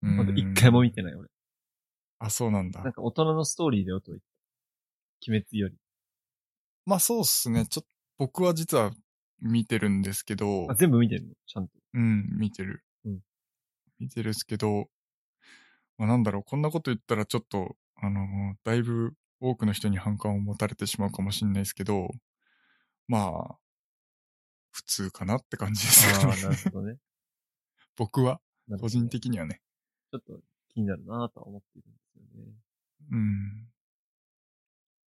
Speaker 1: うん
Speaker 2: ほんと一回も見てない、俺。
Speaker 1: あ、そうなんだ
Speaker 2: なん。か大人のストーリーで音を言って。鬼滅より。
Speaker 1: まあそうっすね。ちょっと、僕は実は見てるんですけど
Speaker 2: あ、、全部見てるのちゃんと。
Speaker 1: うん、見てる。
Speaker 2: うん
Speaker 1: 見てるっすけど、まあなんだろう、こんなこと言ったらちょっと、あのーだいぶ多くの人に反感を持たれてしまうかもしれないですけど、まあ、普通かなって感じです
Speaker 2: あ
Speaker 1: かね
Speaker 2: あ、なるほ どね。
Speaker 1: 僕は、
Speaker 2: なるほどね
Speaker 1: 個人的にはね。
Speaker 2: ちょっと気になるなぁとは思ってるんですよね。
Speaker 1: うん。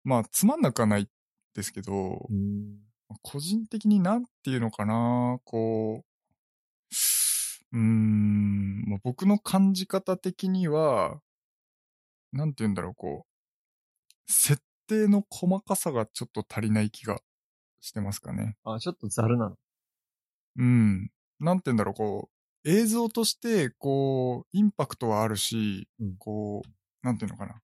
Speaker 1: まあ、つまんなくはないですけど
Speaker 2: う、ん。
Speaker 1: 個人的になんていうのかな、こう、うーん、まあ、僕の感じ方的には、なんていうんだろう、こう、設定の細かさがちょっと足りない気がしてますかね。
Speaker 2: あ、ちょっとザルなの。
Speaker 1: うん。なんて言うんだろう、こう、映像として、こう、インパクトはあるし、
Speaker 2: うん
Speaker 1: こう、なんていうのかな。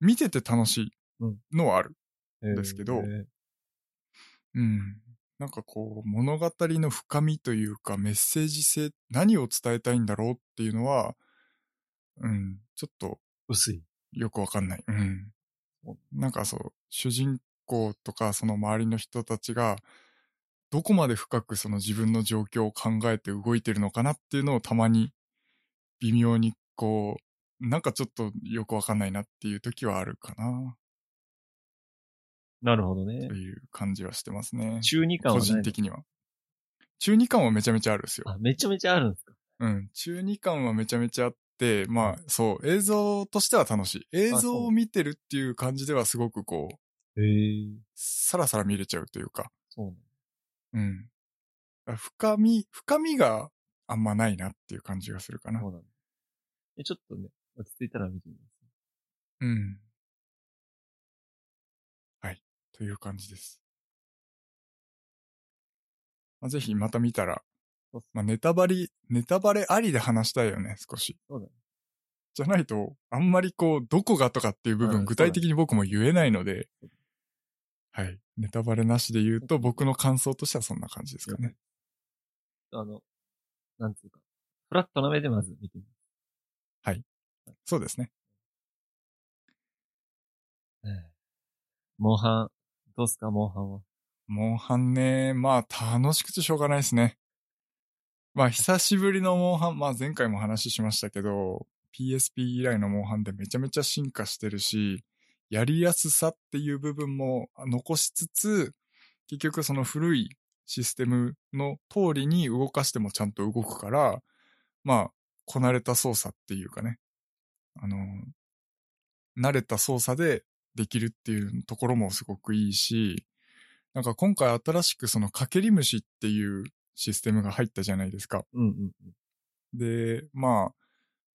Speaker 1: 見てて楽し
Speaker 2: うん
Speaker 1: いのはある。
Speaker 2: えー
Speaker 1: ですけど
Speaker 2: えー
Speaker 1: うん。なんかこう、物語の深みというか、メッセージ性、何を伝えたいんだろうっていうのは、うん、ちょっと
Speaker 2: 薄い。
Speaker 1: よくわかんない。うん
Speaker 2: そう。
Speaker 1: なんかそう、主人公とかその周りの人たちが、どこまで深くその自分の状況を考えて動いてるのかなっていうのをたまに微妙にこう、なんかちょっとよくわかんないなっていう時はあるかな、
Speaker 2: なるほどね
Speaker 1: と。いう感じはしてますね。
Speaker 2: 中二感は
Speaker 1: 個
Speaker 2: ないの
Speaker 1: 人的には。中二感はめちゃめちゃあるんですよ。
Speaker 2: あ、めちゃめちゃあるんですか
Speaker 1: うん。中二感はめちゃめちゃあって、まあ、そう、映像としては楽しい。映
Speaker 2: あ
Speaker 1: 像
Speaker 2: そ
Speaker 1: を
Speaker 2: う
Speaker 1: 見てるっていう感じではすごくこう、
Speaker 2: へえ。
Speaker 1: さらさら見れちゃうというか、
Speaker 2: そうなの。
Speaker 1: うん。深み、深みがあんまないなっていう感じがするかな。
Speaker 2: そうなの。え、ちょっとね、落ち着いたら見てみます。
Speaker 1: うん。はい。という感じです。まあ、ぜひまた見たら
Speaker 2: そうっす、
Speaker 1: まあ、ネタバレ、ネタバレありで話したいよね、少し。
Speaker 2: そうだね
Speaker 1: じゃないと、あんまりこう、どこがとかっていう部
Speaker 2: う
Speaker 1: 分、
Speaker 2: ん
Speaker 1: 具体的に僕も言えないので、はい。ネタバレなしで言うと、僕の感想としてはそんな感じですかね。
Speaker 2: あの、なんつうか、フラットな目でまず見てみ
Speaker 1: そうですね。
Speaker 2: ます。モンハン、どうすか、モンハンは。
Speaker 1: モンハンね、まあ楽しくてしょうがないですね。まあ久しぶりのモンハン、まあ前回も話しましたけど、PSP 以来のモンハンでめちゃめちゃ進化してるし、やりやすさっていう部分も残しつつ、結局その古いシステムの通りに動かしてもちゃんと動くから、まあ、こなれた操作っていうかね、あの、慣れた操作でできるっていうところもすごくいいし、なんか今回新しくそのかけり虫っていうシステムが入ったじゃないですか。
Speaker 2: うんうんうん。
Speaker 1: で、まあ、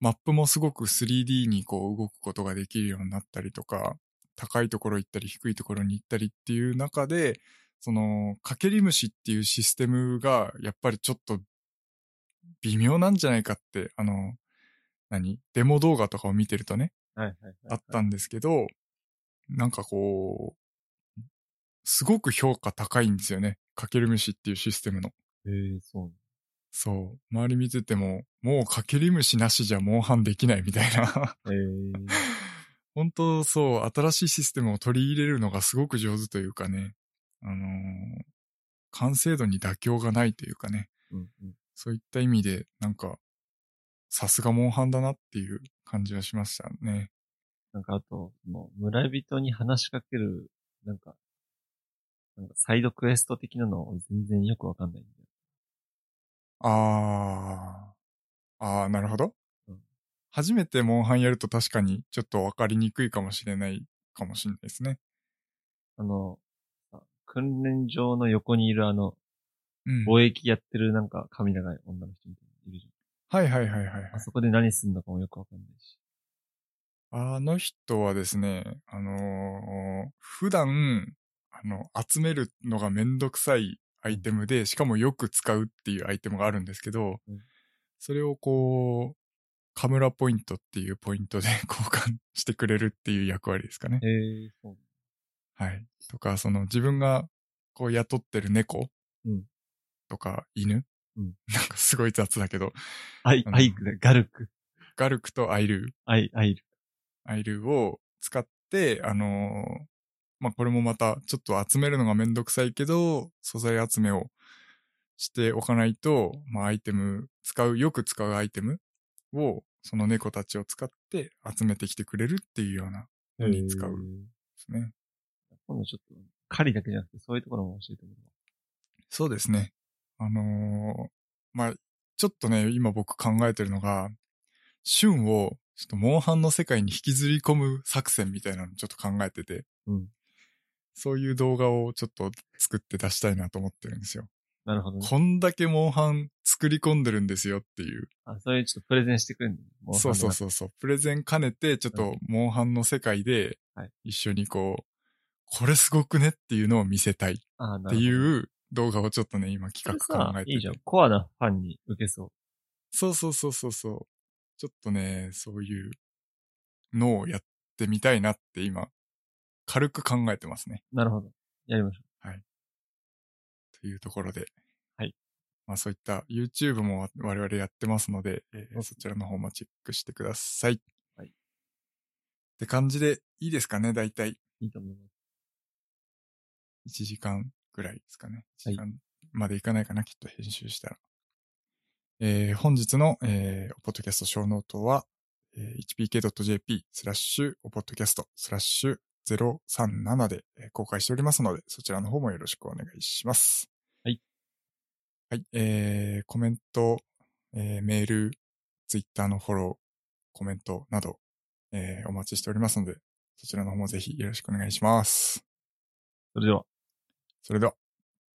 Speaker 1: マップもすごく 3D にこう動くことができるようになったりとか、高いところ行ったり低いところに行ったりっていう中で、その、かけり虫っていうシステムが、やっぱりちょっと、微妙なんじゃないかって、あの、何デモ動画とかを見てるとね、
Speaker 2: はいはいはい、
Speaker 1: あったんですけど、なんかこう、すごく評価高いんですよね。かける虫っていうシステムの。
Speaker 2: へえ、そう。
Speaker 1: そう。周り見てても、もうかけり虫なしじゃモンハンできないみたいな。
Speaker 2: えー、
Speaker 1: 本当そう、新しいシステムを取り入れるのがすごく上手というかね、あのー完成度に妥協がないというかね、
Speaker 2: うんうん。
Speaker 1: そういった意味で、なんか、さすがモンハンだなっていう感じはしましたね。
Speaker 2: なんかあと、もう村人に話しかける、なんか、なんかサイドクエスト的なの俺全然よくわかんないんだよ。
Speaker 1: あー。あー、なるほど
Speaker 2: うん。
Speaker 1: 初めてモンハンやると確かにちょっとわかりにくいかもしれないかもしれないですね。
Speaker 2: あの、あ訓練場の横にいるあの、
Speaker 1: うん。
Speaker 2: 貿易やってるなんか髪長い女の人みたいにいるじ
Speaker 1: はいはいはいはいはい
Speaker 2: ゃん。あ。そこで何すんのかもよくわかんないし。
Speaker 1: あの人はですね、あのー普段、あの、集めるのがめんどくさいアイテムで、しかもよく使うっていうアイテムがあるんですけど
Speaker 2: うん、
Speaker 1: それをこう、カムラポイントっていうポイントで 交換してくれるっていう役割ですかね
Speaker 2: へ。え、そう。
Speaker 1: はい。とか、その自分がこう雇ってる猫
Speaker 2: うん
Speaker 1: とか犬、
Speaker 2: うん
Speaker 1: なんかすごい雑だけど、
Speaker 2: アイ
Speaker 1: あ、の
Speaker 2: アイクだ、ガルク。
Speaker 1: ガルクとアイルー、
Speaker 2: アイ、アイル。
Speaker 1: アイルを使って、あのーまあ、これもまたちょっと集めるのがめんどくさいけど、素材集めをしておかないと、まあ、アイテム、使う、よく使うアイテムを、その猫たちを使って集めてきてくれるっていうようなのに使う
Speaker 2: へ
Speaker 1: んで
Speaker 2: ー
Speaker 1: すね。
Speaker 2: 今度ちょっと、狩りだけじゃなくて、そういうところも教えてもら
Speaker 1: そうですね。あのーまあ、ちょっとね、今僕考えてるのが、シュンを、ちょっとモンハンの世界に引きずり込む作戦みたいなのちょっと考えてて、
Speaker 2: おう。うん。
Speaker 1: そういう動画をちょっと作って出したいなと思ってるんですよ。
Speaker 2: なるほどね。
Speaker 1: こんだけモンハン作り込んでるんですよっていう。
Speaker 2: あ、そういうちょっとプレゼンしてくれるの
Speaker 1: そうそうそうそう。プレゼン兼ねて、ちょっとモンハンの世界で
Speaker 2: はい、
Speaker 1: 一緒にこう、これすごくねっていうのを見せたいっ
Speaker 2: う。あ、な
Speaker 1: て
Speaker 2: るほど。
Speaker 1: いう動画をちょっとね、今企
Speaker 2: これ
Speaker 1: 画
Speaker 2: さ
Speaker 1: 考えて
Speaker 2: いいじ
Speaker 1: て
Speaker 2: ゃん。。コアなファンに受けそう。
Speaker 1: そうそうそうそうそう。ちょっとね、そういうのをやってみたいなって今、軽く考えてますね。
Speaker 2: なるほど。やりましょ
Speaker 1: というところで。
Speaker 2: はい。
Speaker 1: まあそういった YouTube もわ我々やってますので、えー
Speaker 2: そうっす
Speaker 1: そちらの方もチェックしてください。
Speaker 2: はい。
Speaker 1: って感じでいいですかね、だいたいう
Speaker 2: いいと思います。
Speaker 1: 1時間ぐらいですかね。
Speaker 2: はい
Speaker 1: 1時間までいかないかな、きっと編集したら。えー本日の、えーおポッドキャストショーノートは、えー hpk.jp スラッシュおポッドキャストスラッシュ037でえー公開しておりますので、そちらの方もよろしくお願いします。
Speaker 2: はい。
Speaker 1: はい、えーコメント、えーメール、ツイッターのフォロー、コメントなど、えーお待ちしておりますので、そちらの方もぜひよろしくお願いします。
Speaker 2: それでは。
Speaker 1: それでは。